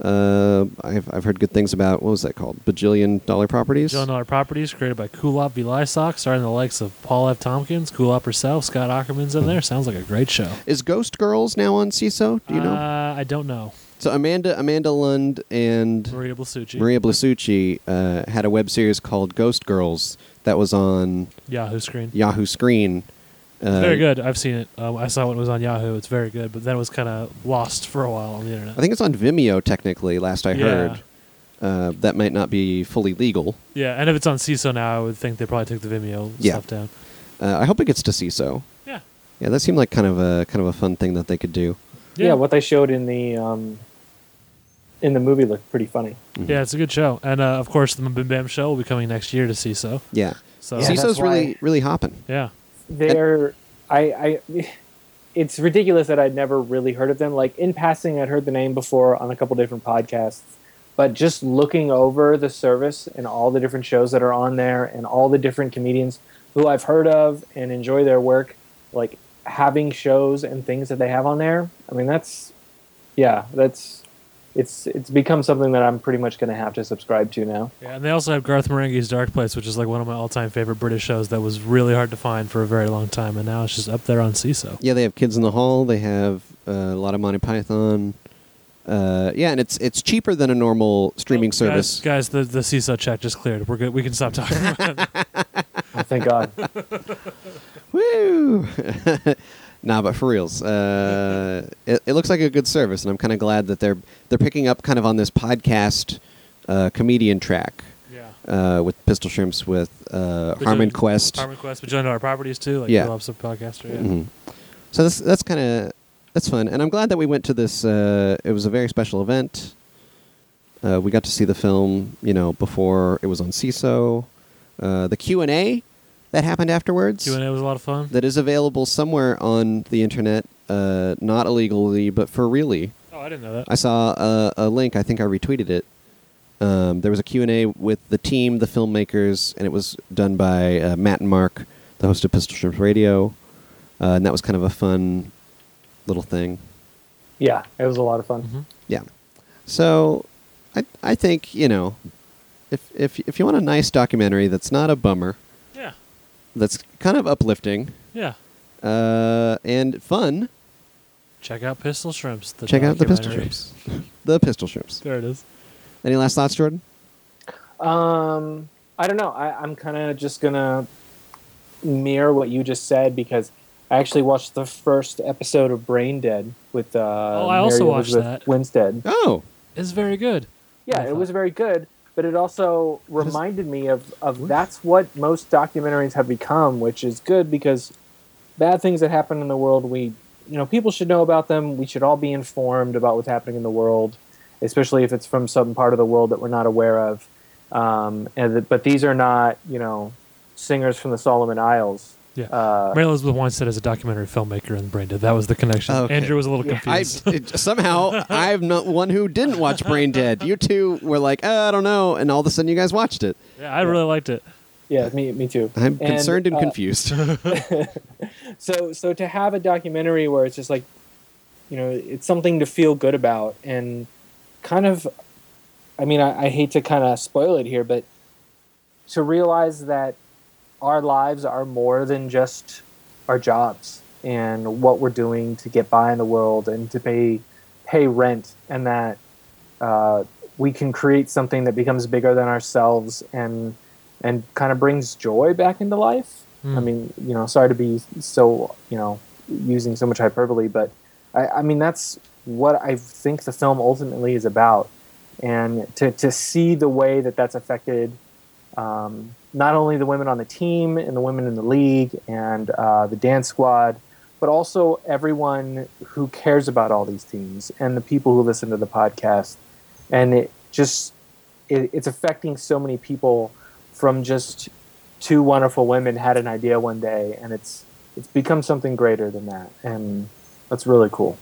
[SPEAKER 2] Uh, I've, I've heard good things about what was that called? Bajillion Dollar Properties.
[SPEAKER 1] Jillian Dollar Properties, created by Kulop V. Lysak, starring the likes of Paul F. Tompkins, Kulop herself, Scott Ackerman's in there. Sounds like a great show.
[SPEAKER 2] Is Ghost Girls now on CISO? Do you know?
[SPEAKER 1] Uh, I don't know.
[SPEAKER 2] So Amanda Amanda Lund and
[SPEAKER 1] Maria Blasucci.
[SPEAKER 2] Maria Blasucci uh, had a web series called Ghost Girls that was on
[SPEAKER 1] Yahoo Screen.
[SPEAKER 2] Yahoo Screen. Uh,
[SPEAKER 1] very good. I've seen it. Um, I saw it when it was on Yahoo. It's very good, but then it was kind of lost for a while on the internet.
[SPEAKER 2] I think it's on Vimeo technically. Last I
[SPEAKER 1] Yeah.
[SPEAKER 2] heard, uh, that might not be fully legal.
[SPEAKER 1] Yeah, and if it's on CISO now, I would think they probably took the Vimeo
[SPEAKER 2] Yeah.
[SPEAKER 1] stuff down.
[SPEAKER 2] Uh, I hope it gets to CISO.
[SPEAKER 1] Yeah.
[SPEAKER 2] Yeah, that seemed like kind of a kind of a fun thing that they could do.
[SPEAKER 14] Yeah, what they showed in the um, in the movie looked pretty funny.
[SPEAKER 2] Mm-hmm.
[SPEAKER 1] Yeah, it's a good show, and uh, of course, the Bim Bam Show will be coming next year to CISO.
[SPEAKER 2] Yeah.
[SPEAKER 1] So
[SPEAKER 14] Yeah, that's
[SPEAKER 2] CISO's really really hopping.
[SPEAKER 1] Yeah.
[SPEAKER 14] They're I, I it's ridiculous that I'd never really heard of them. Like in passing I'd heard the name before on a couple different podcasts. But just looking over the service and all the different shows that are on there and all the different comedians who I've heard of and enjoy their work, like having shows and things that they have on there, I mean that's yeah, that's it's it's become something that I'm pretty much gonna have to subscribe to now.
[SPEAKER 1] Yeah, and they also have Garth Marenghi's Dark Place, which is like one of my all-time favorite British shows that was really hard to find for a very long time, and now it's just up there on CISO.
[SPEAKER 2] Yeah, they have Kids in the Hall. They have uh, a lot of Monty Python. Uh, yeah, and it's it's cheaper than a normal streaming
[SPEAKER 1] Oh,
[SPEAKER 2] service.
[SPEAKER 1] guys, guys the, the CISO check just cleared. We're good. We can stop talking. About it.
[SPEAKER 14] thank God.
[SPEAKER 2] Woo! [LAUGHS] nah, but for reals, uh, it, it looks like a good service, and I'm kind of glad that they're they're picking up kind of on this podcast uh, comedian track. [LAUGHS] Yeah. Uh, with Pistol Shrimps, with uh,
[SPEAKER 1] We're
[SPEAKER 2] Harmon
[SPEAKER 1] doing-
[SPEAKER 2] Quest.
[SPEAKER 1] Harmon Quest. We joined our properties too, like
[SPEAKER 2] Yeah.
[SPEAKER 1] yeah. Phillips podcaster. Yeah.
[SPEAKER 2] Mhm. So that's that's kind of that's fun, and I'm glad that we went to this. Uh, it was a very special event. Uh, we got to see the film, you know, before it was on CISO. Uh, the Q and A that happened afterwards.
[SPEAKER 1] Q and A was a lot of fun.
[SPEAKER 2] That is available somewhere on the internet, uh, not illegally, but for really.
[SPEAKER 1] Oh, I didn't know that.
[SPEAKER 2] I saw a, a link. I think I retweeted it. Um, there was a Q&A with the team, the filmmakers, and it was done by uh, Matt and Mark, the host of Pistol Shrimp Radio. Uh, and that was kind of a fun little thing.
[SPEAKER 14] Yeah, it was a lot of fun.
[SPEAKER 1] Mm-hmm.
[SPEAKER 2] Yeah. So I, I think, you know, if, if, if you want a nice documentary that's not a bummer,
[SPEAKER 1] Yeah.
[SPEAKER 2] that's kind of uplifting
[SPEAKER 1] Yeah.
[SPEAKER 2] uh, and fun,
[SPEAKER 1] Check out Pistol Shrimps. The
[SPEAKER 2] check out the Pistol
[SPEAKER 1] documentary.
[SPEAKER 2] Shrimps. the Pistol Shrimps.
[SPEAKER 1] There it is.
[SPEAKER 2] Any last thoughts, Jordan?
[SPEAKER 14] Um, I don't know. I, I'm kind of just gonna mirror what you just said because I actually watched the first episode of Brain Dead with uh,
[SPEAKER 1] Oh, I also
[SPEAKER 14] Mary
[SPEAKER 1] watched
[SPEAKER 14] Elizabeth
[SPEAKER 1] that.
[SPEAKER 14] Winstead.
[SPEAKER 2] Oh,
[SPEAKER 1] It's very good.
[SPEAKER 14] yeah, it was very good. But it also reminded me of of that's what most documentaries have become, which is good because bad things that happen in the world, we you know people should know about them. We should all be informed about what's happening in the world, especially if it's from some part of the world that we're not aware of. Um, and th- but these are not you know singers from the Solomon Isles.
[SPEAKER 1] Yeah.
[SPEAKER 14] Uh,
[SPEAKER 1] Mary Elizabeth Winstead is a documentary filmmaker in Brain Dead. That was the connection.
[SPEAKER 2] Okay.
[SPEAKER 1] Andrew was a little
[SPEAKER 2] Yeah.
[SPEAKER 1] confused.
[SPEAKER 2] I, it- somehow, I'm not one who didn't watch Brain Dead. You two were like, uh, I don't know, and all of a sudden you guys watched it.
[SPEAKER 1] yeah, I really liked it.
[SPEAKER 14] yeah, me me too.
[SPEAKER 2] I'm concerned and
[SPEAKER 14] uh,
[SPEAKER 2] confused.
[SPEAKER 14] so so to have a documentary where it's just like you know it's something to feel good about and kind of i mean i, I hate to kind of spoil it here but to realize that our lives are more than just our jobs and what we're doing to get by in the world and to pay pay rent and that uh, we can create something that becomes bigger than ourselves and and kind of brings joy back into life. I mean, you know, sorry to be so you know using so much hyperbole, but I, I mean that's what I think the film ultimately is about, and to to see the way that that's affected um, not only the women on the team and the women in the league and uh, the dance squad, but also everyone who cares about all these teams and the people who listen to the podcast. And it just, it, it's affecting so many people from just two wonderful women had an idea one day and it's, it's become something greater than that. And that's really cool.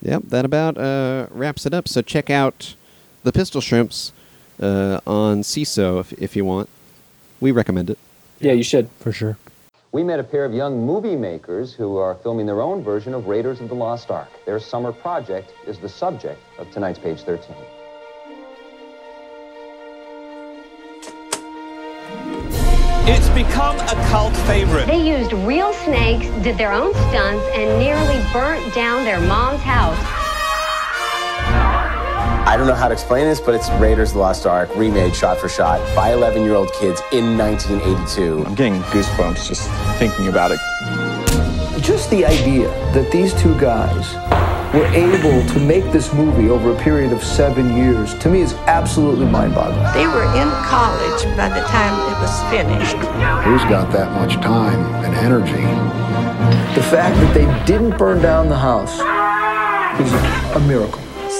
[SPEAKER 2] Yep, that about uh, wraps it up. So check out the Pistol Shrimps uh, on CISO if, if you want. We recommend it.
[SPEAKER 14] Yeah, you should.
[SPEAKER 1] For sure.
[SPEAKER 15] We met a pair of young movie makers who are filming their own version of Raiders of the Lost Ark. Their summer project is the subject of tonight's page 13.
[SPEAKER 8] It's become a cult favorite.
[SPEAKER 16] They used real snakes, did their own stunts, and nearly burnt down their mom's house.
[SPEAKER 17] I don't know how to explain this, but it's Raiders of the Lost Ark remade shot for shot by 11 year old kids in 1982. I'm getting goosebumps just thinking about it.
[SPEAKER 4] Just the idea that these two guys were able to make this movie over a period of seven years to me is absolutely mind boggling.
[SPEAKER 5] They were in college by the time it was finished.
[SPEAKER 3] Who's got that much time and energy?
[SPEAKER 4] The fact that they didn't burn down the house is a miracle.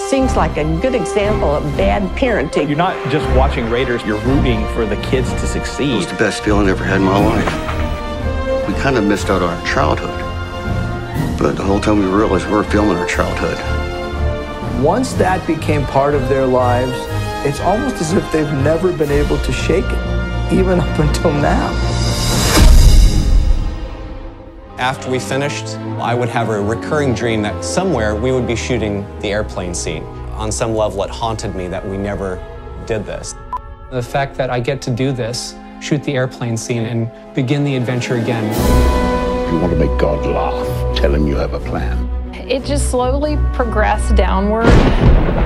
[SPEAKER 5] Seems like a good example of bad parenting.
[SPEAKER 18] You're not just watching Raiders, you're rooting for the kids to
[SPEAKER 19] It
[SPEAKER 18] succeed.
[SPEAKER 19] was the best feeling I ever had in my life. We kind of missed out on our childhood. But the whole time we realized we were filming our childhood.
[SPEAKER 4] Once that became part of their lives, it's almost as if they've never been able to shake it, even up until now.
[SPEAKER 20] After we finished, I would have a recurring dream that somewhere we would be shooting the airplane scene. On some level, it haunted me that we never did this.
[SPEAKER 21] The fact that I get to do this, shoot the airplane scene, and begin the adventure again.
[SPEAKER 3] If you want to make God laugh, tell him you have a plan.
[SPEAKER 22] It just slowly progressed downward.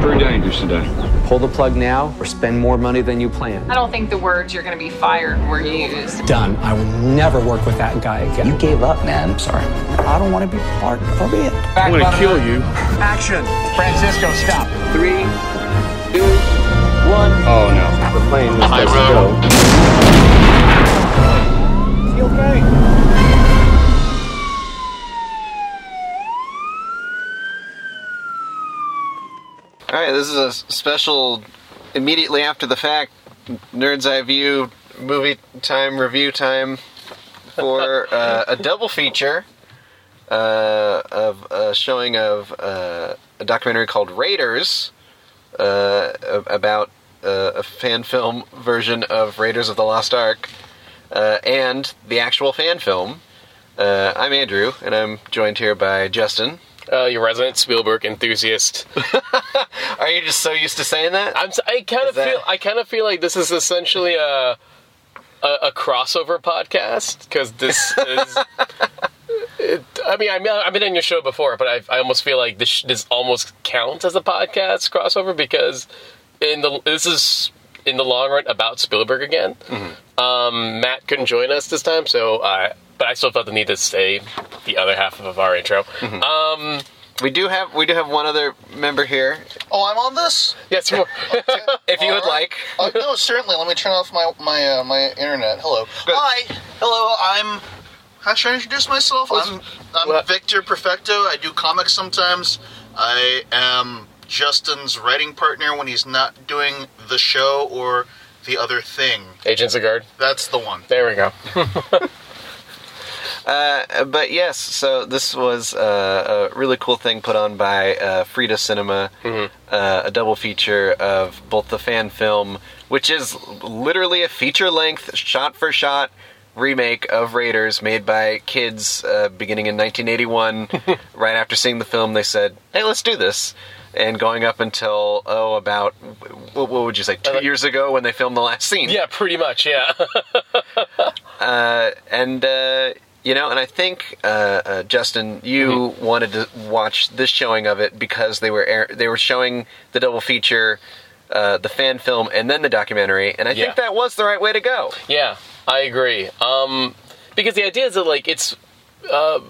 [SPEAKER 3] Very dangerous today.
[SPEAKER 20] Pull the plug now or spend more money than you planned.
[SPEAKER 23] I don't think the words you're going to be fired were used.
[SPEAKER 20] Done. I will never work with that guy again. You gave up, man. I'm sorry. I don't want to be part of it.
[SPEAKER 8] I'm gonna button. kill
[SPEAKER 20] you.
[SPEAKER 8] Action. Francisco, stop. Three, two,
[SPEAKER 19] One. Oh no. The plane was supposed to go.
[SPEAKER 2] All right, this is a s- special, immediately after the fact, Nerd's Eye View movie time review time for uh, a double feature uh, of a showing of uh, a documentary called Raiders uh, a- about uh, a fan film version of Raiders of the Lost Ark uh, and the actual fan film. Uh, I'm Andrew, and I'm joined here by Justin.
[SPEAKER 1] Uh, your resident Spielberg enthusiast.
[SPEAKER 2] Are you just so used to saying that?
[SPEAKER 1] I'm. s- I kind of
[SPEAKER 2] Is that-
[SPEAKER 1] feel. I kind of feel like this is essentially a a, a crossover podcast because this
[SPEAKER 15] [LAUGHS]
[SPEAKER 1] is. It, I mean, I mean, I've been on your show before, but I, I almost feel like this sh- this almost counts as a podcast crossover because in the this is in the long run about Spielberg again. Um, Matt couldn't join us this time, so I. But I still felt the need to say the other half of our intro. Um,
[SPEAKER 2] we do have we do have one other member here.
[SPEAKER 1] Oh, I'm on this. Yes, [LAUGHS] you are.
[SPEAKER 2] if you would like.
[SPEAKER 15] Uh, no, certainly. Let me turn off my my uh, my internet. Hello. Hi. Hello. I'm. How should I introduce myself? I'm I'm Victor Perfecto. I do comics sometimes. I am Justin's writing partner when he's not doing the show or the other thing.
[SPEAKER 1] Agent Zagard.
[SPEAKER 15] That's the one.
[SPEAKER 1] There we go.
[SPEAKER 2] Uh, but yes, so this was uh, a really cool thing put on by uh, Frida Cinema, uh, a double feature of both the fan film, which is literally a feature length, shot for shot remake of Raiders made by kids uh, beginning in 1981. right after seeing the film, they said, hey, let's do this. And going up until, oh, about, what, what would you say, two years ago when they filmed the last scene?
[SPEAKER 1] Yeah, pretty much. Yeah.
[SPEAKER 2] uh, and uh, you know, and I think uh, uh, Justin, you
[SPEAKER 1] Mm-hmm.
[SPEAKER 2] wanted to watch this showing of it because they were air- they were showing the double feature, uh, the fan film, and then the documentary, and I
[SPEAKER 1] Yeah.
[SPEAKER 2] think that was the right way to go.
[SPEAKER 1] Yeah, I agree. Um, because the idea is that like it's, uh,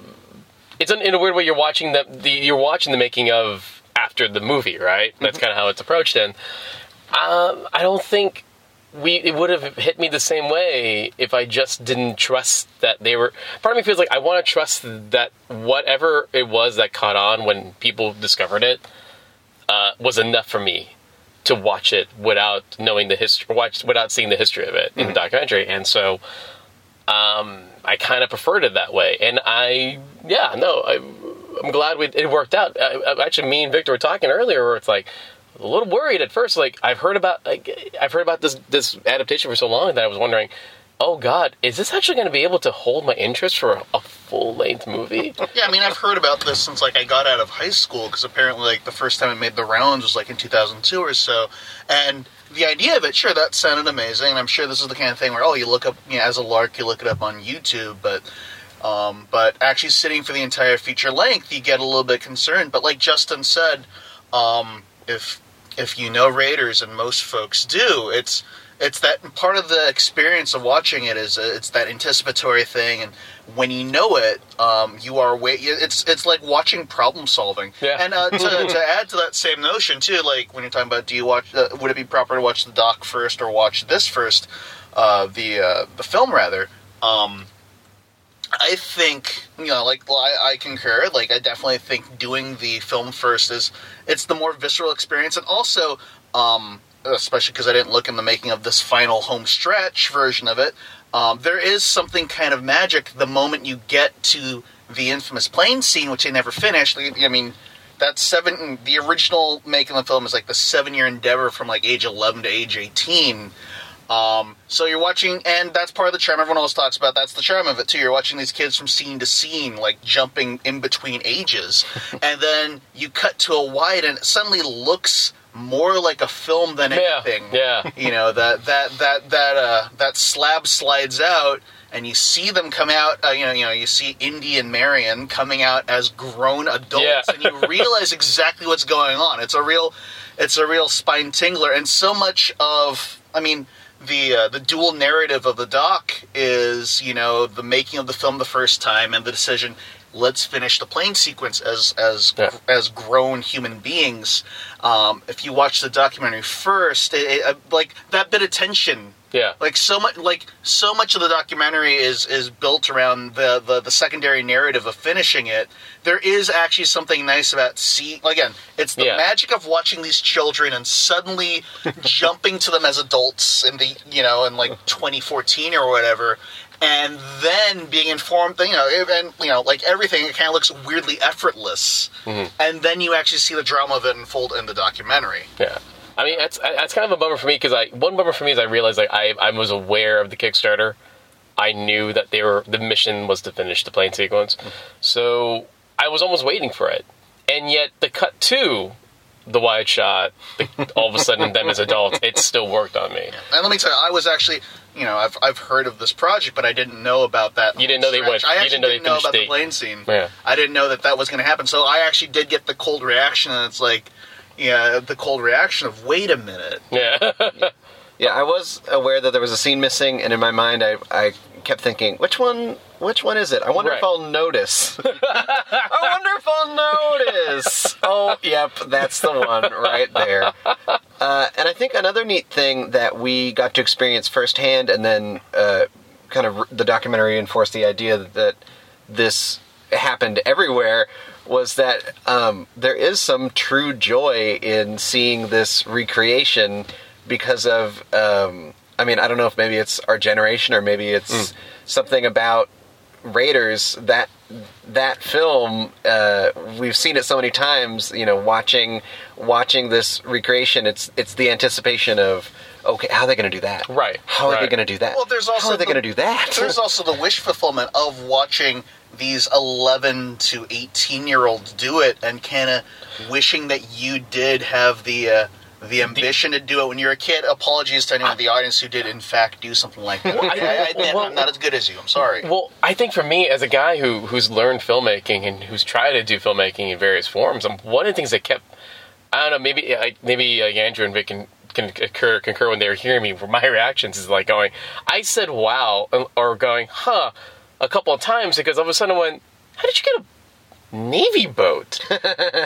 [SPEAKER 1] it's in in a weird way you're watching the, the you're watching the making of after the movie, right? That's kind of how it's approached. And um, I don't think we it would have hit me the same way if I just didn't trust that they were. Part of me feels like I want to trust that whatever it was that caught on when people discovered it uh, was enough for me to watch it without knowing the history, watch without seeing the history of it
[SPEAKER 2] Mm-hmm.
[SPEAKER 1] in the documentary, and so um, I kind of preferred it that way. And I, yeah, no, I, I'm glad we, it worked out. I, I- actually, me and Victor were talking earlier, where it's like a little worried at first. Like I've heard about, like I've heard about this this adaptation for so long that I was wondering, oh God, is this actually going to be able to hold my interest for a full length movie.
[SPEAKER 15] yeah, I mean, I've heard about this since like I got out of high school because apparently, like the first time it made the rounds was like in 2002 or so, and the idea of it, sure, that sounded amazing, and I'm sure this is the kind of thing where oh, you look up, you know, as a lark, you look it up on YouTube, but. Um, but actually, sitting for the entire feature length, you get a little bit concerned. But like Justin said, um, if if you know Raiders, and most folks do, it's it's that part of the experience of watching it is uh, it's that anticipatory thing, and when you know it, um, you are wait. It's it's like watching problem solving.
[SPEAKER 24] Yeah.
[SPEAKER 15] And uh, to, to add to that same notion too, like when you're talking about, do you watch? Uh, would it be proper to watch the doc first or watch this first? Uh, the uh, the film rather. Um, I think you know, like well, I, I concur. Like I definitely think doing the film first is it's the more visceral experience, and also, um, especially because I didn't look in the making of this final home stretch version of it. Um, there is something kind of magic the moment you get to the infamous plane scene, which they never finished. Like, I mean, that's seven. The original making the film is like the seven-year endeavor from like age eleven to age eighteen. Um, so you're watching, and that's part of the charm. Everyone always talks about that's the charm of it too. You're watching these kids from scene to scene, like jumping in between ages, and then you cut to a wide, and it suddenly looks more like a film than
[SPEAKER 24] Yeah,
[SPEAKER 15] anything.
[SPEAKER 24] yeah.
[SPEAKER 15] you know that that that that uh, that slab slides out. And you see them come out, uh, you know, you know, you see Indy and Marion coming out as grown adults,
[SPEAKER 24] Yeah.
[SPEAKER 15] and you realize exactly what's going on. It's a real, it's a real spine tingler, and so much of, I mean, the uh, the dual narrative of the doc is, you know, the making of the film the first time and the decision. Let's finish the plane sequence as as as grown human beings. Um, if you watch the documentary first, it, it, uh, like that bit of tension
[SPEAKER 1] Yeah.
[SPEAKER 15] like so much like so much of the documentary is is built around the, the the secondary narrative of finishing it there is actually something nice about seeing again it's the
[SPEAKER 24] Yeah.
[SPEAKER 15] magic of watching these children and suddenly jumping to them as adults in the you know in like 2014 or whatever and then being informed you know and you know like everything it kind of looks weirdly effortless and then you actually see the drama of it unfold in the documentary
[SPEAKER 1] Yeah. I mean, that's that's kind of a bummer for me because I one bummer for me is I realized like I I was aware of the Kickstarter. I knew that they were the mission was to finish the plane sequence, so I was almost waiting for it. And yet, the cut to the wide shot, the, all of a sudden them as adults, it still worked on me.
[SPEAKER 15] And let me tell you, I was actually, you know, I've, I've heard of this project, but I didn't know about that. You didn't
[SPEAKER 1] know they went-
[SPEAKER 15] I
[SPEAKER 1] you
[SPEAKER 15] actually
[SPEAKER 1] didn't know they
[SPEAKER 15] know
[SPEAKER 1] finished
[SPEAKER 15] about the
[SPEAKER 1] date.
[SPEAKER 15] plane scene.
[SPEAKER 1] Yeah.
[SPEAKER 15] I didn't know that that was going to happen. So I actually did get the cold reaction, and it's like, yeah, the cold reaction of wait a minute.
[SPEAKER 1] [LAUGHS] Yeah.
[SPEAKER 2] yeah, I was aware that there was a scene missing, and in my mind, I, I kept thinking, which one? Which one is it? I wonder if
[SPEAKER 24] Right.
[SPEAKER 1] [LAUGHS]
[SPEAKER 2] I'll notice. I wonder if I'll notice. oh, yep, that's the one right there. Uh, and I think another neat thing that we got to experience firsthand, and then uh, kind of r- the documentary reinforced the idea that this happened everywhere, was that um, there is some true joy in seeing this recreation because of. Um, I mean, I don't know if maybe it's our generation or maybe it's something about Raiders that that film uh, we've seen it so many times you know watching watching this recreation it's it's the anticipation of okay how are they going to do that right how are they
[SPEAKER 15] Right.
[SPEAKER 2] going to do that
[SPEAKER 15] Well, there's also
[SPEAKER 2] how are they
[SPEAKER 15] the-
[SPEAKER 2] going to do that
[SPEAKER 15] there's also the wish fulfillment of watching these 11 to 18 year olds do it and kind of wishing that you did have the uh, the ambition to do it when you're a kid. Apologies to anyone in the audience who did in fact do something like that.
[SPEAKER 1] Well, I-
[SPEAKER 15] I, I,
[SPEAKER 1] well-
[SPEAKER 15] I'm not as good as you. I'm sorry.
[SPEAKER 1] Well, I think for me, as a guy who who's learned filmmaking and who's tried to do filmmaking in various forms, um one of the things that kept I don't know maybe I, maybe uh, Andrew and Vic can can concur, concur when they were hearing me. [LAUGHS] My reactions is like going, I said wow and- or going huh a couple of times because all of a sudden I went, how did you get a navy [LAUGHS] boat?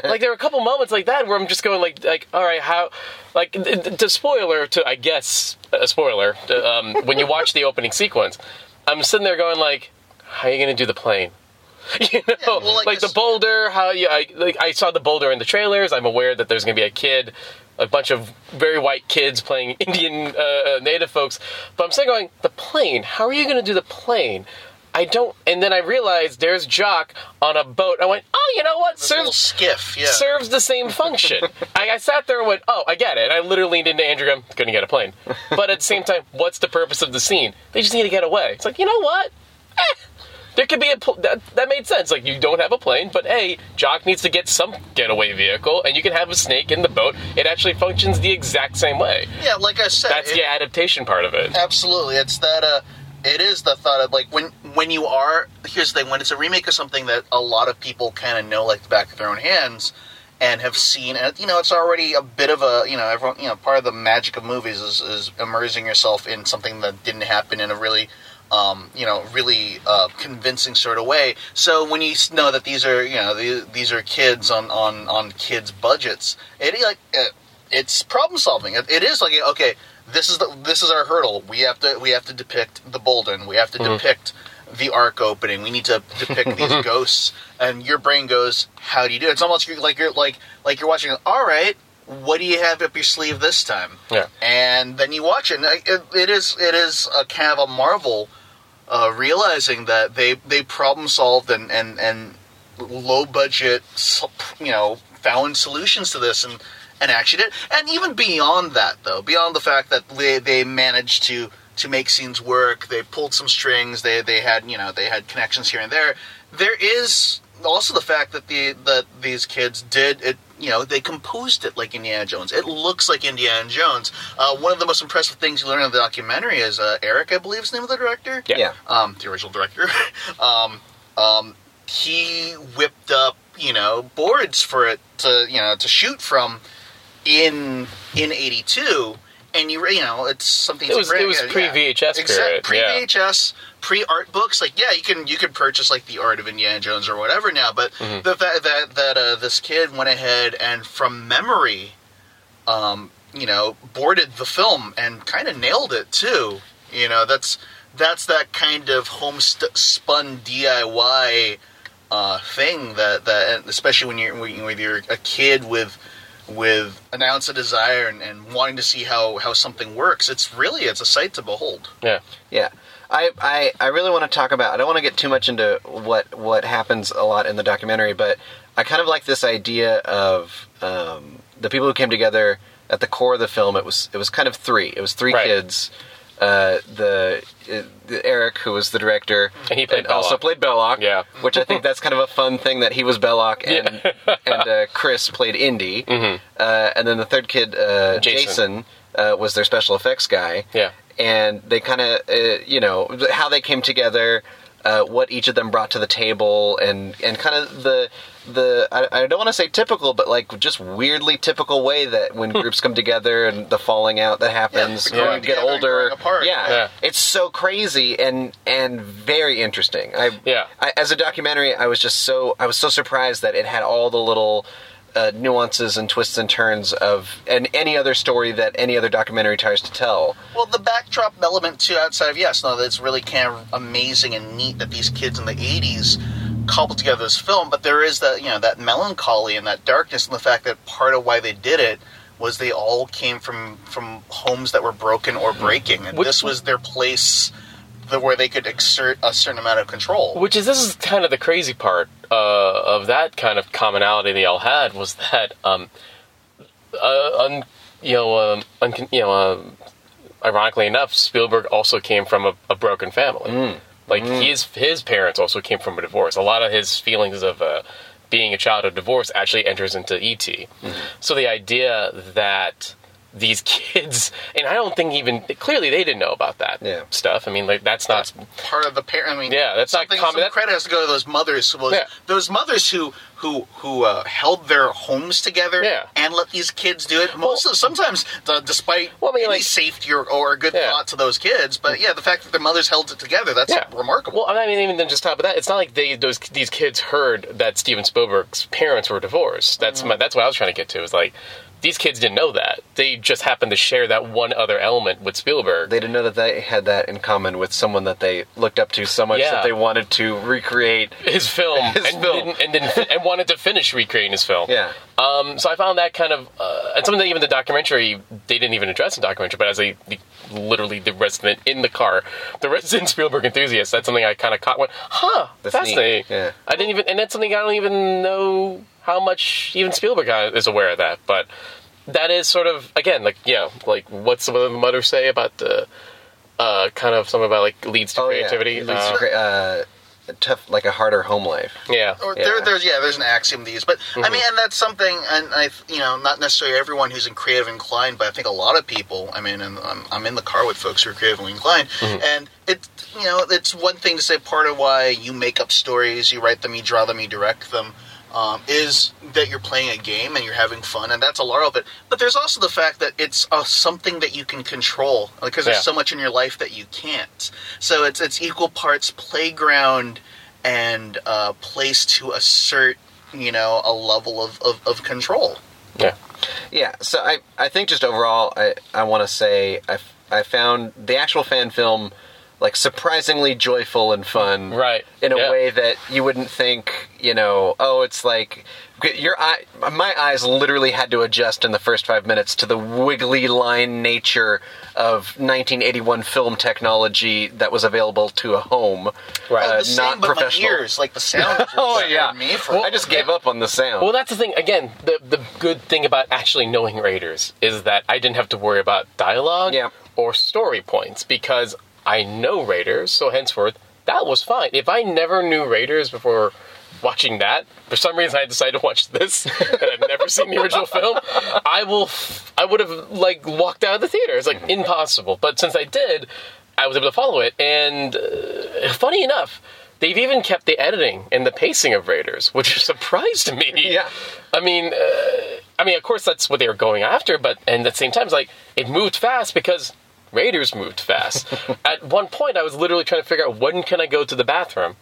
[SPEAKER 1] like there were a couple moments like that where I'm just going like like all right how like th- th- to spoiler to I guess a spoiler to, um, when you watch the opening sequence I'm sitting there going like how are you gonna do the plane [LAUGHS] you know like, the boulder how you I, like I saw the boulder in the trailers I'm aware that there's gonna be a kid a bunch of very white kids playing [LAUGHS] Indian uh, uh, native folks but I'm still going the plane how are you gonna do the plane. I don't, and then I realized there's Jock on a boat. I went, oh, you know what? Serves
[SPEAKER 15] skiff, yeah.
[SPEAKER 1] serves the same
[SPEAKER 15] [LAUGHS]
[SPEAKER 1] function. I, I sat there and went, oh, I get it. And I literally leaned into Andrew Graham, couldn't get a plane. But at the same time, what's the purpose of the scene? They just need to get away. It's like, you know what? Eh, There could be a pl- that, that made sense. Like you don't have a plane, but hey, Jock needs to get some getaway vehicle, and you can have a snake in the boat. It actually functions the exact same way.
[SPEAKER 15] Yeah, like I said,
[SPEAKER 1] That's
[SPEAKER 15] it-
[SPEAKER 1] the adaptation part of it.
[SPEAKER 15] Absolutely, it's that. Uh, it is the thought of like when when you are here's the thing when it's a remake of something that a lot of people kind of know like the back of their own hands and have seen and you know it's already a bit of a you know everyone you know part of the magic of movies is, is immersing yourself in something that didn't happen in a really um, you know really uh, convincing sort of way so when you s- know that these are you know these, these are kids on on on kids budgets it like uh, it's problem solving. It, it is like okay, this is the this is our hurdle. We have to we have to depict the Bolden. We have to
[SPEAKER 25] Mhm.
[SPEAKER 15] depict the arc opening. We need to depict these ghosts. And your brain goes, how do you do? it? It's almost you're- like you're like like you're watching. All right, what do you have up your sleeve this time?
[SPEAKER 1] Yeah.
[SPEAKER 15] And then you watch it. And I- it, it is it is a kind of a marvel. Uh, realizing that they, they problem solved and, and, and low budget, sol- you know, found solutions to this and and actually did. And even beyond that, though, beyond the fact that they they managed to to make scenes work, they pulled some strings, they they had you know they had connections here and there. There is also the fact that the that these kids did it. You know, they composed it like Indiana Jones. It looks like Indiana Jones. Uh, one of the most impressive things you learn in the documentary is uh, Eric, I believe, is the name of the director.
[SPEAKER 1] Yeah. Yeah.
[SPEAKER 15] Um, the original director. [LAUGHS] um, um, he whipped up you know boards for it to you know to shoot from in in 82 and you you know it's something
[SPEAKER 1] It was-
[SPEAKER 15] to-
[SPEAKER 1] it was pre-VHS period,
[SPEAKER 15] pre
[SPEAKER 1] yeah.
[SPEAKER 15] VHS pre art books like yeah you can you can purchase like the art of Indiana Jones or whatever now but
[SPEAKER 1] Mhm.
[SPEAKER 15] the fact that that uh, this kid went ahead and from memory um, you know, boarded the film and kind of nailed it too. You know, that's that's that kind of homespun DIY uh, thing that that and especially when you're when you- when you're a kid with with an ounce of desire and, and wanting to see how how something works. It's really it's a sight to behold.
[SPEAKER 1] Yeah.
[SPEAKER 2] Yeah. I, I, I really want to talk about I don't want to get too much into what what happens a lot in the documentary, but I kind of like this idea of um, the people who came together at the core of the film. It was it was kind of three. It was three
[SPEAKER 1] Right.
[SPEAKER 2] kids. Uh, the, uh, the Eric, who was the director,
[SPEAKER 1] And he played
[SPEAKER 2] also
[SPEAKER 1] Belloc.
[SPEAKER 2] played Belloc. Yeah, which I think that's kind of a fun thing that he was Belloc and [LAUGHS] and uh, Chris played Indy, uh, and then the third kid, uh,
[SPEAKER 1] Mm-hmm. Jason.
[SPEAKER 2] Jason, uh, was their special effects guy
[SPEAKER 1] Yeah.
[SPEAKER 2] and they kind of uh, you know th- how they came together uh, what each of them brought to the table and and kind of the the I, I don't want to say typical but like just weirdly typical way that when
[SPEAKER 1] Hmm.
[SPEAKER 2] groups come together and the falling out that happens
[SPEAKER 1] growing
[SPEAKER 2] when you get
[SPEAKER 1] together and
[SPEAKER 2] older
[SPEAKER 1] growing apart.
[SPEAKER 2] Yeah.
[SPEAKER 1] Yeah.
[SPEAKER 2] it's so crazy and and very interesting I
[SPEAKER 1] Yeah.
[SPEAKER 2] I, as a documentary I was just so I was so surprised that it had all the little uh, nuances and twists and turns of and any other story that any other documentary tries to tell
[SPEAKER 15] Well, the backdrop element too, outside of yes, no, that's really kind of amazing and neat that these kids in the '80s cobbled together this film. But there is that you know that melancholy and that darkness and the fact that part of why they did it was they all came from from homes that were broken or breaking, and this was their place the, where they could exert a certain amount of control.
[SPEAKER 1] Which is this is kind of the crazy part uh, of that kind of commonality they all had was that um, uh, un, you know um, uncon you know um, ironically enough Spielberg also came from a, a broken family.
[SPEAKER 15] Mm.
[SPEAKER 1] Like his his parents also came from a divorce. A lot of his feelings of uh, being a child of divorce actually enters into ET.
[SPEAKER 15] Mm-hmm.
[SPEAKER 1] So the idea that these kids and I don't think even clearly they didn't know about that stuff. I mean, like that's not
[SPEAKER 15] part of the parent. I mean,
[SPEAKER 1] yeah, that's not
[SPEAKER 15] something-
[SPEAKER 1] common.
[SPEAKER 15] Some
[SPEAKER 1] That-
[SPEAKER 15] credit has to go to those mothers. Who was,
[SPEAKER 1] Yeah.
[SPEAKER 15] Those mothers who who who uh, held their homes together and let these kids do it. Most of, sometimes, uh, despite any safety or, or a good thought to those kids, but yeah, the fact that their mothers held it together that's remarkable.
[SPEAKER 1] Well, I mean, even then, just top of that, it's not like they those these kids heard that Steven Spielberg's parents were divorced. That's my, that's what I was trying to get to. Is like these kids didn't know that. They just happened to share that one other element with Spielberg.
[SPEAKER 2] They didn't know that they had that in common with someone that they looked up to so much
[SPEAKER 1] Yeah.
[SPEAKER 2] that they wanted to recreate
[SPEAKER 1] his
[SPEAKER 2] [LAUGHS]
[SPEAKER 1] film and Didn't, and didn't, and wanted to finish recreating his film. Yeah. Um, so I found that kind of uh, and something that even the documentary they didn't even address in the documentary, but as a the, literally the resident in the car, the [LAUGHS] resident Spielberg enthusiast. That's something I kind of caught. Went, huh?
[SPEAKER 2] That's neat.
[SPEAKER 1] fascinating.
[SPEAKER 2] Yeah.
[SPEAKER 1] I didn't even, and that's something I don't even know how much even Spielberg uh, is aware of that. But that is sort of again, like yeah, like what's some of the mothers say about the uh, kind of something about like leads to
[SPEAKER 2] Oh, Yeah,
[SPEAKER 1] creativity.
[SPEAKER 2] leads to
[SPEAKER 1] Uh,
[SPEAKER 2] crea- uh, a tough, like a harder home life.
[SPEAKER 14] Yeah.
[SPEAKER 2] Or
[SPEAKER 15] There, there's yeah, there's an axiom to use, but I
[SPEAKER 2] Mhm.
[SPEAKER 15] mean, and that's something, and I, th- you know, not necessarily everyone who's in creative inclined, but I think a lot of people. I mean, and I'm, I'm in the car with folks who are creatively inclined,
[SPEAKER 26] Mhm.
[SPEAKER 15] and it, you know, it's one thing to say part of why you make up stories, you write them, you draw them, you direct them, um, is that you're playing a game and you're having fun, and that's a lot of it. But there's also the fact that it's uh, something that you can control because there's
[SPEAKER 2] Yeah.
[SPEAKER 15] so much in your life that you can't. So it's it's equal parts playground and uh, place to assert, you know, a level of, of, of control.
[SPEAKER 14] Yeah.
[SPEAKER 2] Yeah. So I, I think just overall, I, I want to say I, f- I found the actual fan film like surprisingly joyful and fun.
[SPEAKER 14] Right.
[SPEAKER 2] In a
[SPEAKER 14] Yeah.
[SPEAKER 2] way that you wouldn't think, you know, oh, it's like your eye, my eyes literally had to adjust in the first five minutes to the wiggly line nature of 1981 film technology that was available to a home,
[SPEAKER 14] Right.
[SPEAKER 2] uh,
[SPEAKER 14] Oh, the same,
[SPEAKER 2] not
[SPEAKER 14] but my
[SPEAKER 2] professional.
[SPEAKER 14] ears, like,
[SPEAKER 2] [LAUGHS]
[SPEAKER 14] the sound
[SPEAKER 2] oh
[SPEAKER 14] was
[SPEAKER 2] yeah,
[SPEAKER 14] for me for-
[SPEAKER 2] I just gave up on the sound.
[SPEAKER 14] Well, that's the thing. Again, the the good thing about actually knowing Raiders is that I didn't have to worry about dialogue or story points because I know Raiders. So henceforth, that was fine. If I never knew Raiders before watching that, for some reason I decided to watch this, [LAUGHS] and I've never seen the original film. I will. f- I would have like walked out of the theater. It's like impossible. But since I did, I was able to follow it. And uh, funny enough, they've even kept the editing and the pacing of Raiders, which surprised me. [LAUGHS] Yeah. I mean, uh, I mean, of course that's what they were going after, but and at the same time, it's like it moved fast because Raiders moved fast. at one point, I was literally trying to figure out when can I go to the bathroom.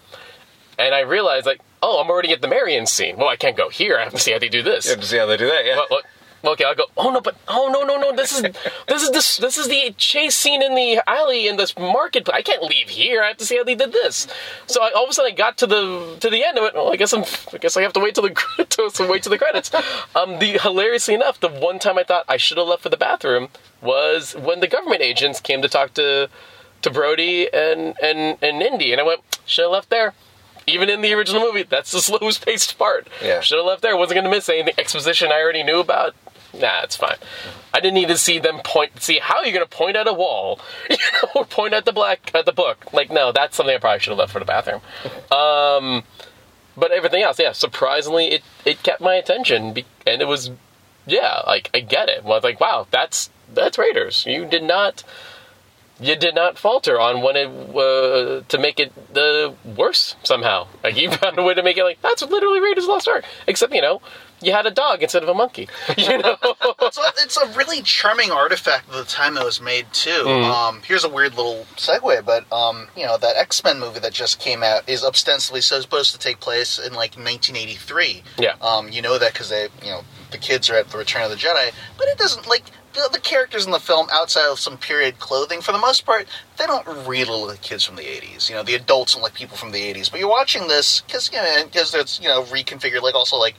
[SPEAKER 14] And I realized, like, oh, I'm already at the Marion scene. Well, I can't go here. I have to see how they do this.
[SPEAKER 2] You have to see how they do that. Yeah.
[SPEAKER 14] Well, well, okay, I'll go. Oh no, but oh no, no, no. This is this is this this is the chase scene in the alley in this market. I can't leave here. I have to see how they did this. So I, all of a sudden, I got to the to the end of it. Well, I guess I'm. I guess I have to wait till the cr- to so wait till the credits. Um, the hilariously enough, the one time I thought I should have left for the bathroom was when the government agents came to talk to to Brody and and and Indy, and I went should have left there. Even in the original movie, that's the [LAUGHS] slowest paced part.
[SPEAKER 2] Yeah.
[SPEAKER 14] Should have left there. Wasn't going to miss anything. Exposition I already knew about. Nah, it's fine. I didn't need to see them point. See how you're going to point at a wall, you know, or point at the black at the book. Like, no, that's something I probably should have left for the bathroom. Um, but everything else, yeah, surprisingly, it it kept my attention, be- and it was, yeah, like I get it. Well, I was like, wow, that's that's Raiders. You did not you did not falter on when it uh, to make it the worse somehow. Like you found a way to make it like that's literally Raiders of the Lost Ark, except you know you had a dog instead of a monkey. You know,
[SPEAKER 15] so it's a really charming artifact of the time it was made too.
[SPEAKER 14] Mhm.
[SPEAKER 15] Um, here's a weird little segue, but um, you know that X Men movie that just came out is ostensibly supposed to take place in like 1983.
[SPEAKER 14] Yeah.
[SPEAKER 15] Um, you know that because they, you know, the kids are at the Return of the Jedi, but it doesn't like the, the characters in the film outside of some period clothing for the most part they don't really look like kids from the 80s you know the adults don't look like people from the 80s but you're watching this because you know, 'cause it's you know reconfigured like also like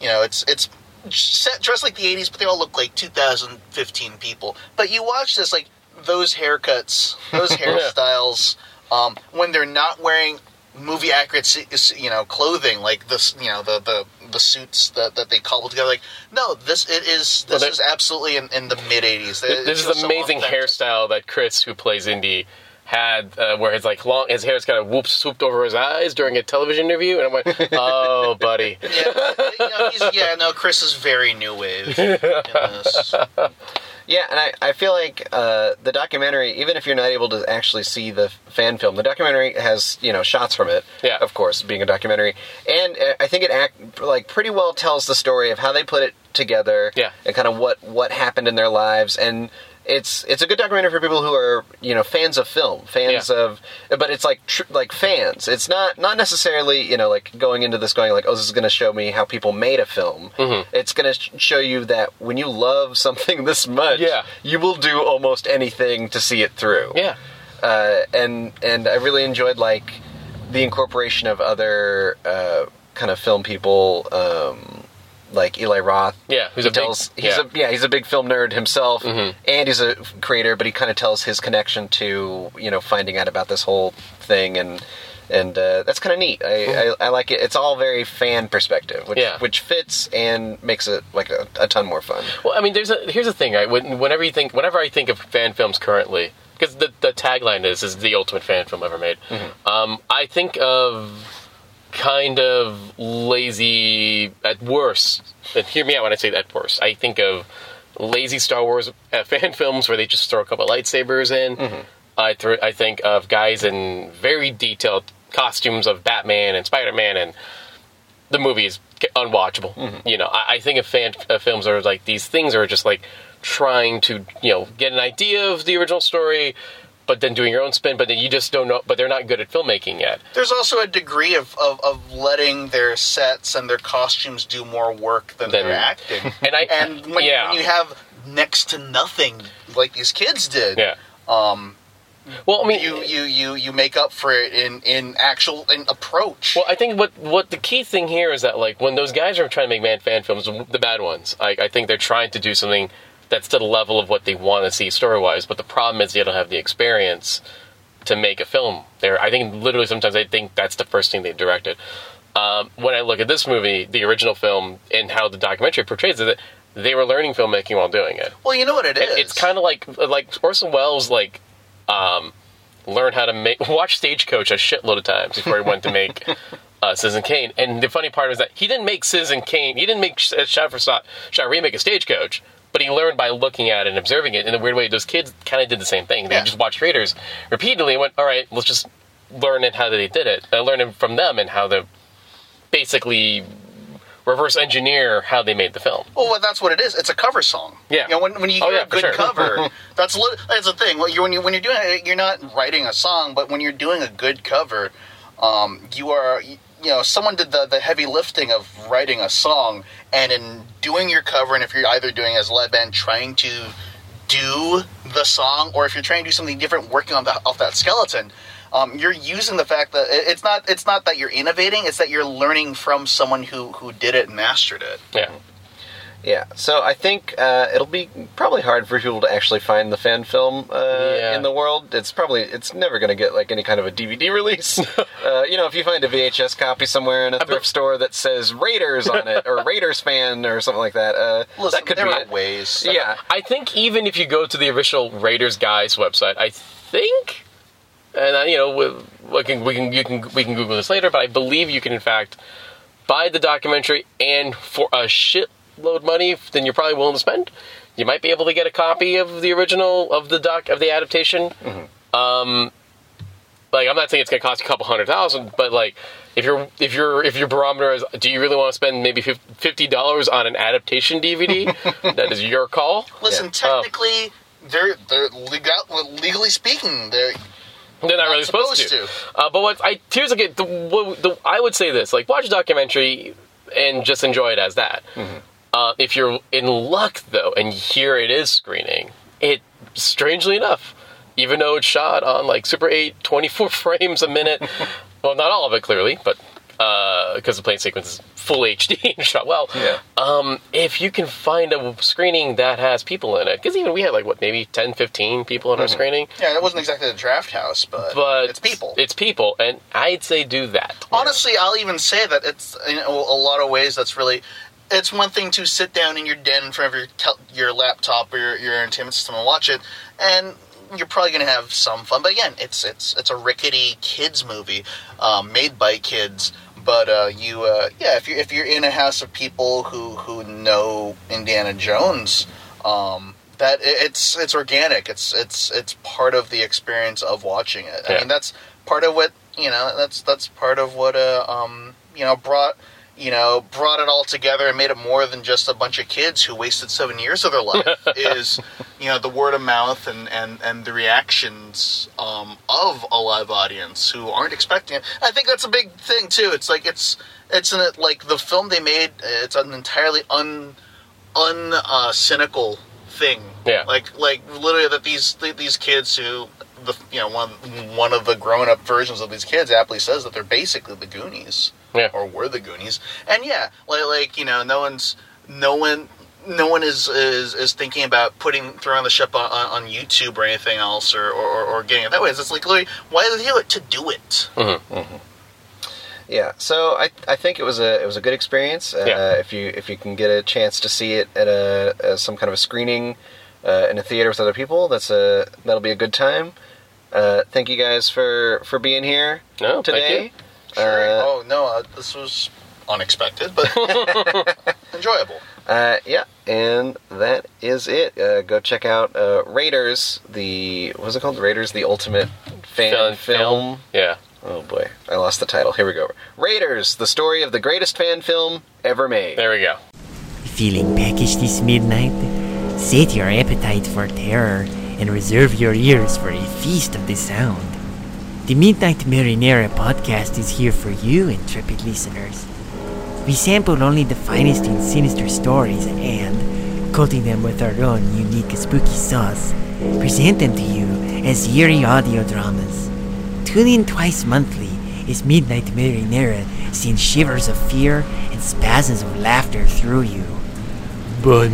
[SPEAKER 15] you know it's it's set dressed like the 80s but they all look like 2015 people but you watch this like those haircuts
[SPEAKER 14] [LAUGHS]
[SPEAKER 15] those
[SPEAKER 2] Yeah.
[SPEAKER 15] hairstyles um, when they're not wearing movie accurate se- se- you know clothing like this you know the the the suits that, that they cobbled together like no this it is
[SPEAKER 14] Well,
[SPEAKER 15] this
[SPEAKER 14] they-
[SPEAKER 15] is absolutely in, in the mid 80s
[SPEAKER 14] this is amazing hairstyle that Chris, who plays Indy, had uh, where his like long his hair's kind of whooped swooped over his eyes during a television interview, and I went, oh, buddy.
[SPEAKER 15] yeah no chris is very new
[SPEAKER 14] [LAUGHS]
[SPEAKER 15] wave
[SPEAKER 2] yeah, and I, I feel like uh, the documentary, even if you're not able to actually see the fan film, the documentary has you know shots from it. Yeah, of course, being a documentary, and uh, I think it act like pretty well tells the story of how they put it together. Yeah, and kind of what what happened in their lives, and it's it's a good documentary for people who are you know fans of film, fans of, but it's like tr- like fans. It's not not necessarily you know like going into this going like oh this is going to show me how people made a film.
[SPEAKER 14] Mhm.
[SPEAKER 2] It's going to show you that when you love something [LAUGHS] this
[SPEAKER 14] [LAUGHS]
[SPEAKER 2] much, yeah. you will do almost anything to see it through.
[SPEAKER 14] Yeah.
[SPEAKER 2] Uh, and and I really enjoyed like the incorporation of other uh, kind of film people, um, like Eli Roth.
[SPEAKER 14] Yeah, who's
[SPEAKER 2] He
[SPEAKER 14] a big-
[SPEAKER 2] tells- he's
[SPEAKER 14] yeah. Mm-hmm.
[SPEAKER 2] a yeah he's a big film nerd himself, and he's a creator, but he kind of tells his connection to you know finding out about this whole thing and. And uh, that's kind of neat. I, I, I like it. It's all very fan perspective, which,
[SPEAKER 14] Yeah.
[SPEAKER 2] which fits and makes it like a, a ton more fun.
[SPEAKER 14] Well, I mean, there's a here's the thing, right? When, whenever you think, whenever I think of fan films currently, because the, the tagline is is the ultimate fan film ever made. Um, I think of kind of lazy at worst. And hear me out when I say at worst. I think of lazy Star Wars uh, [LAUGHS] fan films where they just throw a couple lightsabers in. I thro- I think of guys in very detailed costumes of Batman and Spider Man and the movie is ca- unwatchable.
[SPEAKER 15] Mm-hmm.
[SPEAKER 14] You know, I, I think of fan of films are like these things are just like trying to you know get an idea of the original story, but then doing your own spin. But then you just don't know. But they're not good at filmmaking yet.
[SPEAKER 15] There's also a degree of, of, of letting their sets and their costumes do more work than
[SPEAKER 14] Then-
[SPEAKER 15] their acting.
[SPEAKER 14] [LAUGHS] And I
[SPEAKER 15] and when,
[SPEAKER 14] yeah.
[SPEAKER 15] when you have next to nothing like these kids did,
[SPEAKER 14] Yeah.
[SPEAKER 15] um,
[SPEAKER 14] well, I mean,
[SPEAKER 15] you, you, you, you make up for it in, in actual in approach.
[SPEAKER 14] Well, I think what what the key thing here is that like when those guys are trying to make man fan films, the bad ones, I, I think they're trying to do something that's to the level of what they want to see story wise. But the problem is they don't have the experience to make a film. There, I think literally sometimes I think that's the first thing they directed. Um, when I look at this movie, the original film, and how the documentary portrays it, they were learning filmmaking while doing it.
[SPEAKER 15] Well, you know what it
[SPEAKER 14] And
[SPEAKER 15] is.
[SPEAKER 14] It's kind of like like Orson Welles like um, learned how to make [LAUGHS] watch Stagecoach a shitload of times before he went to make uh, Citizen Kane. And the funny part is that he didn't make Citizen Kane. He didn't make Sh- uh, Shot for Shot, Shot remake of Stagecoach. But he learned by looking at it and observing it. In a weird way, those kids kind of did the same thing. They just watched creators repeatedly and went, "All right, let's just learn it how they did it. Uh, learn it from them and how to basically reverse engineer how they made the film."
[SPEAKER 15] Well, well, that's what it is. It's a cover song.
[SPEAKER 14] Yeah.
[SPEAKER 15] You know, when, when you
[SPEAKER 14] Oh,
[SPEAKER 15] hear
[SPEAKER 14] yeah,
[SPEAKER 15] a
[SPEAKER 14] for
[SPEAKER 15] good
[SPEAKER 14] sure. [LAUGHS]
[SPEAKER 15] cover, that's lit that's the thing. When you're, when you when you're doing it, you're not writing a song, but when you're doing a good cover, um, you are you know someone did the the heavy lifting of writing a song, and in doing your cover, and if you're either doing it as a live band, trying to do the song, or if you're trying to do something different, working on the, off that skeleton. Um, you're using the fact that it- it's not it's not that you're innovating; it's that you're learning from someone who who did it and mastered it.
[SPEAKER 14] Yeah.
[SPEAKER 27] Yeah, so I think uh, it'll be probably hard for people to actually find the fan film uh,
[SPEAKER 14] Yeah.
[SPEAKER 27] in the world. It's probably it's never going to get like any kind of a DVD
[SPEAKER 14] [LAUGHS]
[SPEAKER 27] release. uh, you know, if you find a VHS copy somewhere in a thrift store that says Raiders on it or Raiders fan or something like that, uh, that could
[SPEAKER 14] there
[SPEAKER 27] be
[SPEAKER 14] are
[SPEAKER 27] it.
[SPEAKER 15] ways.
[SPEAKER 27] Yeah,
[SPEAKER 14] I think even if you go to the original Raiders guys website, I think, and I, you know, we, we can we can you can we can Google this later, but I believe you can in fact buy the documentary and for a shitload money than you're probably willing to spend, you might be able to get a copy of the original of the doc of the adaptation. Um, like I'm not saying it's gonna cost you a couple hundred thousand, but like if you're if you're if your barometer is do you really want to spend maybe fif- fifty dollars on an adaptation DVD? that is your call.
[SPEAKER 15] Listen,
[SPEAKER 14] Um,
[SPEAKER 27] Oh.
[SPEAKER 15] technically, they're they're legal, legally speaking, they're
[SPEAKER 14] they're not really supposed, to. Uh, but what I here's a good. The, what, the, I would say this: like watch a documentary and just enjoy it as that. Uh, if you're in luck though, and here it is screening, it strangely enough, even though it's shot on like Super 8, 24 [LAUGHS] frames a minute. well, not all of it clearly, but because the plane sequence is full HD [LAUGHS] and shot well.
[SPEAKER 27] Yeah.
[SPEAKER 14] Um, if you can find a screening that has people in it, because even we had like what maybe 10, 15 people in our
[SPEAKER 15] Mhm.
[SPEAKER 14] screening
[SPEAKER 15] yeah, that wasn't exactly the draft house, but,
[SPEAKER 14] but it's people. It's people, and I'd say do that.
[SPEAKER 15] honestly, I'll even say that it's in a a lot of ways that's really. It's one thing to sit down in your den in front of your tel- your laptop or your, your entertainment system and watch it, and you're probably going to have some fun. But again, it's it's it's a rickety kids movie, um, made by kids. But uh, you, uh, yeah, if you're if you're in a house of people who who know Indiana Jones, um, that it, it's it's organic. It's it's it's part of the experience of watching it. I
[SPEAKER 3] Yeah.
[SPEAKER 15] mean, that's part of what you know. That's that's part of what uh, um you know brought you know brought it all together and made it more than just a bunch of kids who wasted seven years of their life. is you know the word of mouth and and and the reactions um of a live audience who aren't expecting it. I think that's a big thing too. It's like it's it's an like the film they made. It's an entirely un un uh, cynical thing.
[SPEAKER 14] Yeah.
[SPEAKER 15] Like like literally that these th- these kids who the you know one one of the grown up versions of these kids aptly says that they're basically the Goonies.
[SPEAKER 14] Yeah.
[SPEAKER 15] Or were the Goonies. And yeah, like like you know no one's no one. No one is, is, is thinking about putting throwing the ship on, on, on YouTube or anything else or, or, or getting it that way. It's just like literally, why did they do it to do it?
[SPEAKER 27] Yeah, so I, I think it was a it was a good experience. Uh, If you if you can get a chance to see it at a, a some kind of a screening, uh, in a theater with other people. That's a that'll be a good time. Uh, thank you guys for for being here
[SPEAKER 14] No, thank
[SPEAKER 27] today.
[SPEAKER 15] Sure.
[SPEAKER 27] Uh,
[SPEAKER 15] oh no, uh, this was unexpected, but [LAUGHS] enjoyable.
[SPEAKER 27] Uh, yeah, and that is it. Uh, go check out uh, Raiders, the what's it called? Raiders, the ultimate fan
[SPEAKER 14] Fan
[SPEAKER 27] film.
[SPEAKER 14] Yeah.
[SPEAKER 27] Oh boy, I lost the title. Here we go. Raiders, the story of the greatest fan film ever made.
[SPEAKER 14] There we go.
[SPEAKER 3] Feeling peckish this midnight? Sate your appetite for terror and reserve your ears for a feast of the sound. The Midnight Marinera podcast is here for you, intrepid listeners. We sample only the finest and sinister stories and, coating them with our own unique spooky sauce, present them to you as eerie audio dramas. Tune in twice monthly as Midnight Marinera sends shivers of fear and spasms of laughter through you. Bon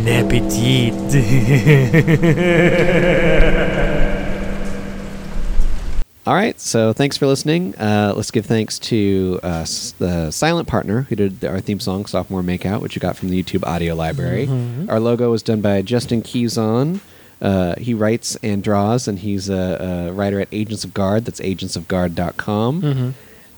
[SPEAKER 3] appetit!
[SPEAKER 2] All right, so thanks for listening. Uh, let's give thanks to uh, S- the Silent Partner who did our theme song "Sophomore Makeout," which you got from the YouTube audio library.
[SPEAKER 1] Mm-hmm.
[SPEAKER 4] Mhm.
[SPEAKER 2] Our logo was done by Justin Keyson. Uh, he writes and draws, and he's a, a writer at Agents of Guard. That's agentsofguard.com.
[SPEAKER 1] Mhm.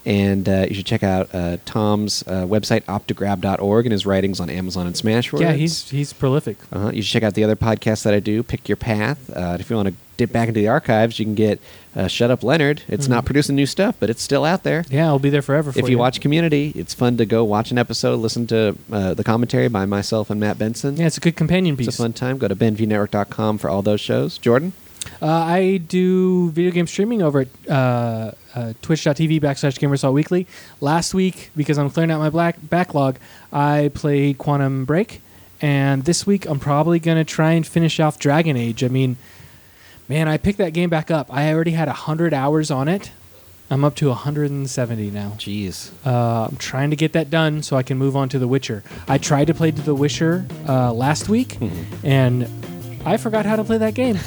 [SPEAKER 2] And uh, you should check out uh, Tom's uh, website, optograb.org, and his writings on Amazon and Smashwords.
[SPEAKER 1] Yeah, he's he's prolific.
[SPEAKER 2] Uh-huh. You should check out the other podcasts that I do. Pick your path. Uh, if you want to dip back into the archives, you can get uh, "Shut Up, Leonard." It's not producing new stuff, but it's still out there.
[SPEAKER 1] Yeah, I'll be there forever. For
[SPEAKER 2] if you, watch Community, it's fun to go watch an episode, listen to uh, the commentary by myself and Matt Benson. Yeah,
[SPEAKER 1] it's a good companion piece.
[SPEAKER 2] It's a fun time. Go to benvnetwork.com for all those shows. Jordan,
[SPEAKER 1] Uh, I do video game streaming over at uh, uh, twitch.tv backslash gamersaw weekly. Last week, because I'm clearing out my black backlog, I played Quantum Break. And this week, I'm probably going to try and finish off Dragon Age. I mean, man, I picked that game back up. I already had 100 hours on it. I'm up to 170 now.
[SPEAKER 2] Jeez.
[SPEAKER 1] Uh, I'm trying to get that done so I can move on to The Witcher. I tried to play The Witcher uh, last week, and I forgot how to play that game.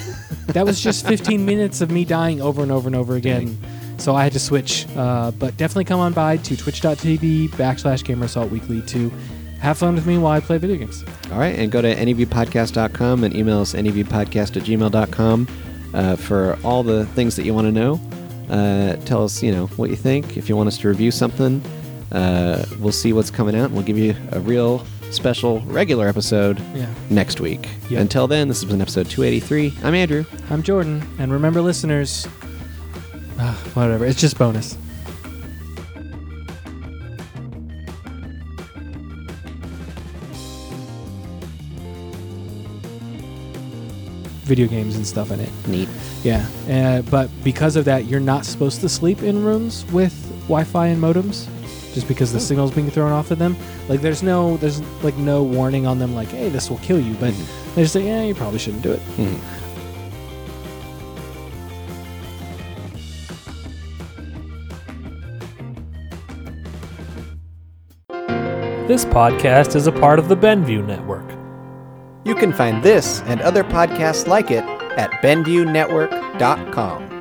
[SPEAKER 1] that was just 15 minutes of me dying over and over and over again. So I had to switch. Uh, but definitely come on by to twitch.tv backslash gamersault weekly to have fun with me while I play video games.
[SPEAKER 2] All right, and go to E nevpodcast.com and email us nevpodcast at gmail.com uh, for all the things that you want to know. Uh, tell us, you know, what you think. If you want us to review something, uh, we'll see what's coming out, and we'll give you a real special regular episode
[SPEAKER 1] Yeah.
[SPEAKER 2] next week.
[SPEAKER 1] Yep.
[SPEAKER 2] Until then, this has been episode 283. I'm Andrew.
[SPEAKER 1] I'm Jordan, and remember, listeners, ah, whatever, it's just bonus. Video games and stuff in it.
[SPEAKER 2] Neat.
[SPEAKER 1] Yeah, uh, but because of that, you're not supposed to sleep in rooms with Wi-Fi and modems, just because the signal's being thrown off of them. Like, there's no, there's like no warning on them, like, hey, this will kill you. But they just say, yeah, you probably shouldn't do it.
[SPEAKER 12] This podcast is a part of the Benview Network.
[SPEAKER 2] You can find this and other podcasts like it at benviewnetwork.com.